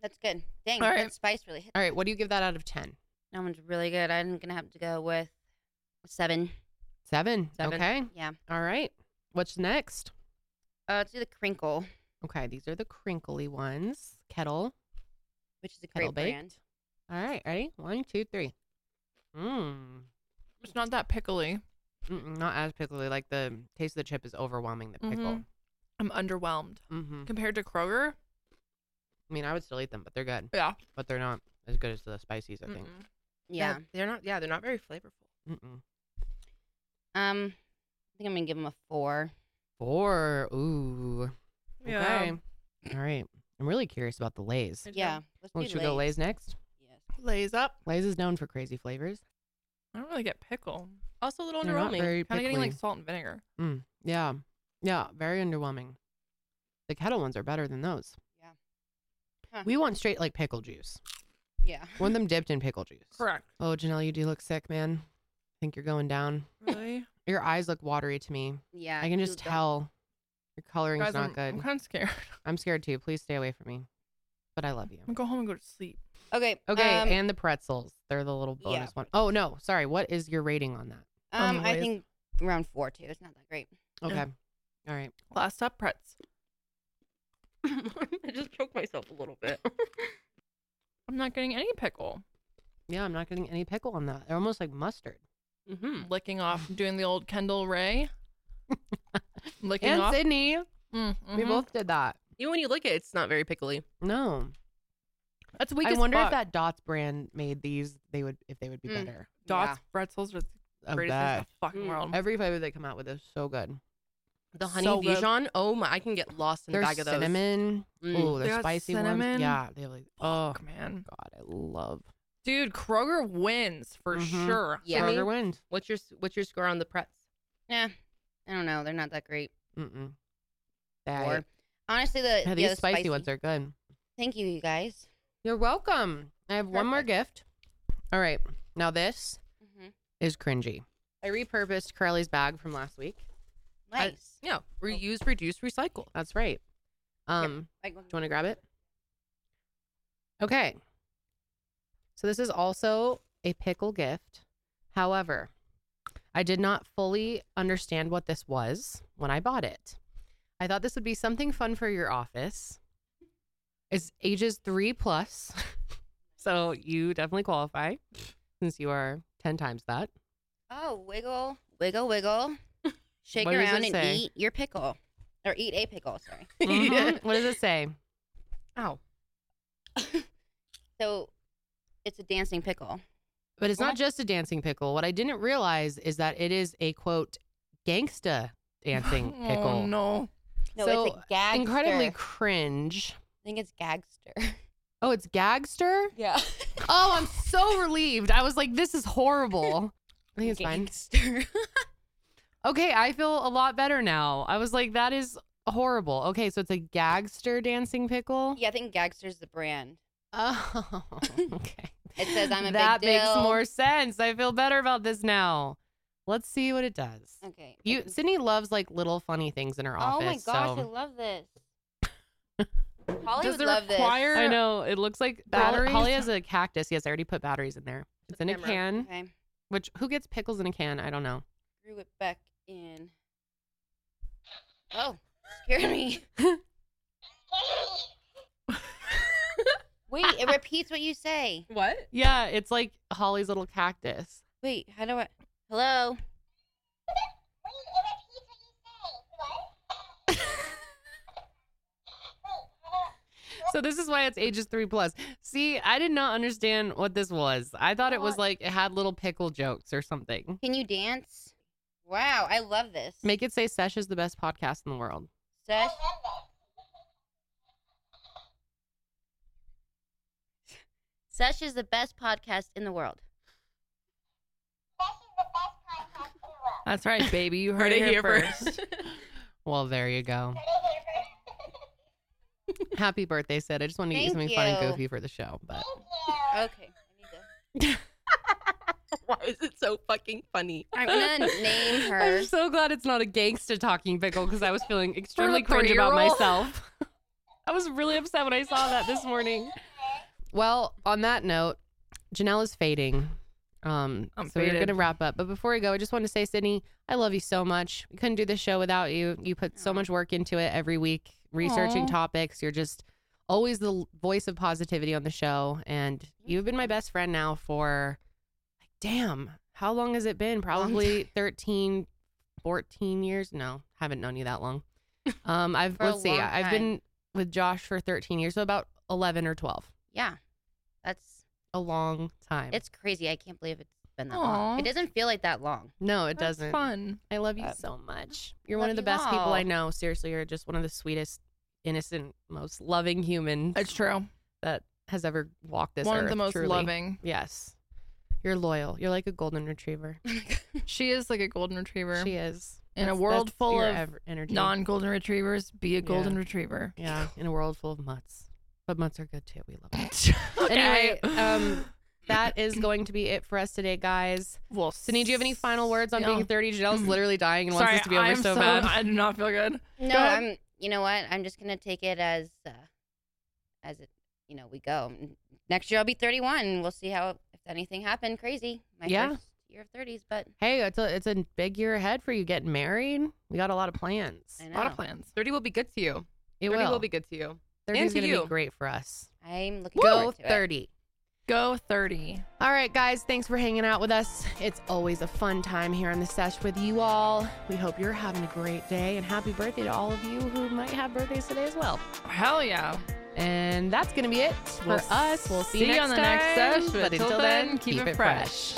That's good. Dang,
All
that
right.
spice really hit.
All right, what do you give that out of ten?
That one's really good. I'm gonna have to go with seven.
Seven.
Seven.
Okay.
Yeah.
All right. What's next?
Uh, let's do the crinkle,
Okay, these are the crinkly ones. Kettle.
which is a
Kettle
great
baked.
brand.
All right, ready? One, two, three. Mmm.
It's not that pickly.
Mm-mm, Not as pickly. Like the taste of the chip is overwhelming the pickle.
I'm underwhelmed
Mm-hmm.
compared to Kroger.
I mean, I would still eat them, but they're good.
Yeah.
But they're not as good as the spices, I think.
Mm-mm.
Yeah.
They're not. Yeah, they're not very flavorful.
Mm-mm.
Um, I think I'm gonna give them a four.
Four. Ooh.
Yeah.
Okay. All right. I'm really curious about the Lays.
Good
Yeah.
job.
Let's
Well,
do
should we go Lays
Lay's.
next?
Yes.
Lays up.
Lays is known for crazy flavors.
I don't really get pickle.
Also a little
They're not
underwhelming.
Kind
very
of
pickly.
getting like salt and vinegar.
Mm, yeah. Yeah. Very underwhelming. The kettle ones are better than those.
Yeah. Huh.
We want straight like pickle juice.
Yeah.
Want them dipped in pickle juice.
Correct.
Oh, Janelle, you do look sick, man. I think you're going down.
Really?
Your eyes look watery to me.
Yeah.
I can
you
just
don't-
tell your coloring's
Guys,
not
I'm,
good.
I'm kind of scared.
I'm scared too. Please stay away from me. But I love you.
I'm gonna go home and go to sleep.
Okay.
Okay,
Um,
and the pretzels. They're the little
yeah.
bonus one. Oh no, sorry. What is your rating on that?
on
um,
the
I
Lay's.
think round four too. It's not that great.
Okay. All right.
Last up, Pretz.
I just choked myself a little bit.
I'm not getting any pickle.
Yeah, I'm not getting any pickle on that. They're almost like mustard. Hmm.
mm-hmm.
Licking off, doing the old Kendall Ray. Licking
And
off.
Sydney,
Mm,
we
mhm.
both did that.
Even when you lick it, it's not very pickly.
No,
That's weak
I
as
wonder
fuck.
if that Dots brand made these. They would if they would be
Mm.
better.
Dots pretzels are the
Of
greatest things in
that.
the fucking
Mm.
world.
Every flavor they come out with is so good.
The honey
So good.
Dijon. Oh my! I can get lost in
There's
the bag of those.
cinnamon.
Mm.
Oh,
They
they're
got
spicy ones.
cinnamon?
Yeah, they're like oh
Fuck, man.
god, I love.
Dude, Kroger wins for
Mhm.
sure.
Yeah.
Kroger wins.
What's your What's your score on the pretz?
Yeah. I don't know. They're not that great.
Mm-mm.
Four.
That,
Honestly, the
yeah,
yeah,
these
the
spicy, ones are good.
Thank you, you guys.
You're welcome. I have one more gift. All right, now this
Mhm.
is cringy. I repurposed Carly's bag from last week.
I-
Nice.
Yeah, reuse, reduce, recycle.
That's right. Um,
Like,
Do you want to grab it? Okay. So this is also a pickle gift. However, I did not fully understand what this was when I bought it. I thought this would be something fun for your office. It's ages three plus. so you definitely qualify since you are 10 times that.
oh, wiggle, wiggle, wiggle. Shake
What does it
around and
say?
eat your pickle, or eat a pickle. Sorry.
Mhm. What does it say?
Ow.
So, it's a dancing pickle.
But it's not just a dancing pickle. What I didn't realize is that it is a quote, gangsta dancing
Oh,
pickle.
no.
No, it's
So,
a gagster.
incredibly
I
cringe.
think it's gagster.
Oh, it's Gagster?
Yeah.
Oh, I'm so relieved. I was like, this is horrible. I think it's fine.
Gangster.
Okay, I feel a lot better now. I was like, that is horrible. Okay, so it's a Gagster dancing pickle?
yeah, I think gagster's the brand.
Oh, okay.
It says I'm a big
That makes
deal.
more sense. I feel better about this now. Let's see what it does.
Okay.
You, Sydney loves like little funny things in her
Oh
office.
my gosh,
so-
I love this. Holly
Does
would
the
love
require
I know. It looks like
batteries?
Holly
Holly has a cactus. Yes, I already put batteries in there. It's in a
Camera.
this.
can.
Okay,
Which who gets pickles in a can? I don't know.
threw it back in. Oh, scared me. Wait, it repeats what you say.
What?
Yeah, it's like Holly's little cactus.
Wait, how do I? Hello.
So this is why it's ages three plus. See, I did not understand what this was. I thought it was
What?
like it had little pickle jokes or something.
Can you dance? Wow, I love this.
Make it say Sesh is the best podcast in the world.
Sesh. Sesh is the best podcast in the world.
That's right, baby. You heard,
Heard
it here first.
Well, there you go. Happy birthday, Sid. I just wanted to get you
Thank
something fun and
you.
goofy for the show. But
Okay. I need to.
Why is it so fucking funny?
I'm gonna name her.
I'm so glad it's not a gangsta talking pickle because I was feeling extremely
a
cringe about
three-year-old.
myself. I was really upset when I saw that this morning. Well, on that note, Janelle is fading. Um,
I'm
so we're
faded.
going to wrap up. But before we go, I just want to say, Sydney, I love you so much. We couldn't do this show without you. You put so much work into it every week, researching
Aw.
topics. You're just always the l- voice of positivity on the show. And you've been my best friend now for, like, damn, how long has it been? Probably 13, 14 years. No, haven't known you that long. Um, I've,
For a
let's see,
long
I've been with Josh for 13 years, so about 11 or 12.
Yeah, that's
A long time.
it's crazy. I can't believe it's been that
Aw.
long. It doesn't feel like that long.
no, it
That's
doesn't.
fun.
I love you
That-
so much. You're one
Love
of the
you
best people I
all.
know. Seriously, you're just one of the sweetest, innocent, most loving humans
It's true.
that has ever walked this
One
earth.
of the most
truly.
loving.
Yes. You're loyal. You're like a golden retriever.
She is like a golden retriever.
She is.
In a
That's-
world
that's
full
your
of
ever- energy.
Non-golden retrievers, be a
Yeah.
golden retriever.
Yeah, in a world full of mutts. But mutts are good too. We love them.
okay.
Anyway, um, that is going to be it for us today, guys.
well,
Sydney, do you have any final words on
Yeah.
being 30? Janelle's literally dying and
Sorry,
wants this to be over
I'm
Mm-hmm. so bad.
I do not feel good.
No,
Go ahead.
I'm. You know what? I'm just gonna take it as, uh, as it. You know, we go. Next year I'll be 31. and We'll see how if anything happened crazy. My
Yeah.
first year of 30s, but
Hey, it's a it's a big year ahead for you getting married. We got a lot of plans.
I
A
know.
lot of plans.
30 will be good to you.
It
30
will.
will. be good to you.
30
and to
gonna
you.
be great for us.
I'm looking
Go
forward to it.
30.
Go 30.
All right, guys, thanks for hanging out with us. It's always a fun time here on the sesh with you all. We hope you're having a great day and happy birthday to all of you who might have birthdays today as well.
Hell yeah.
And that's going to be it for
We'll
us. We'll see,
see you
next
on the next
time.
sesh,
But until then, keep, it fresh.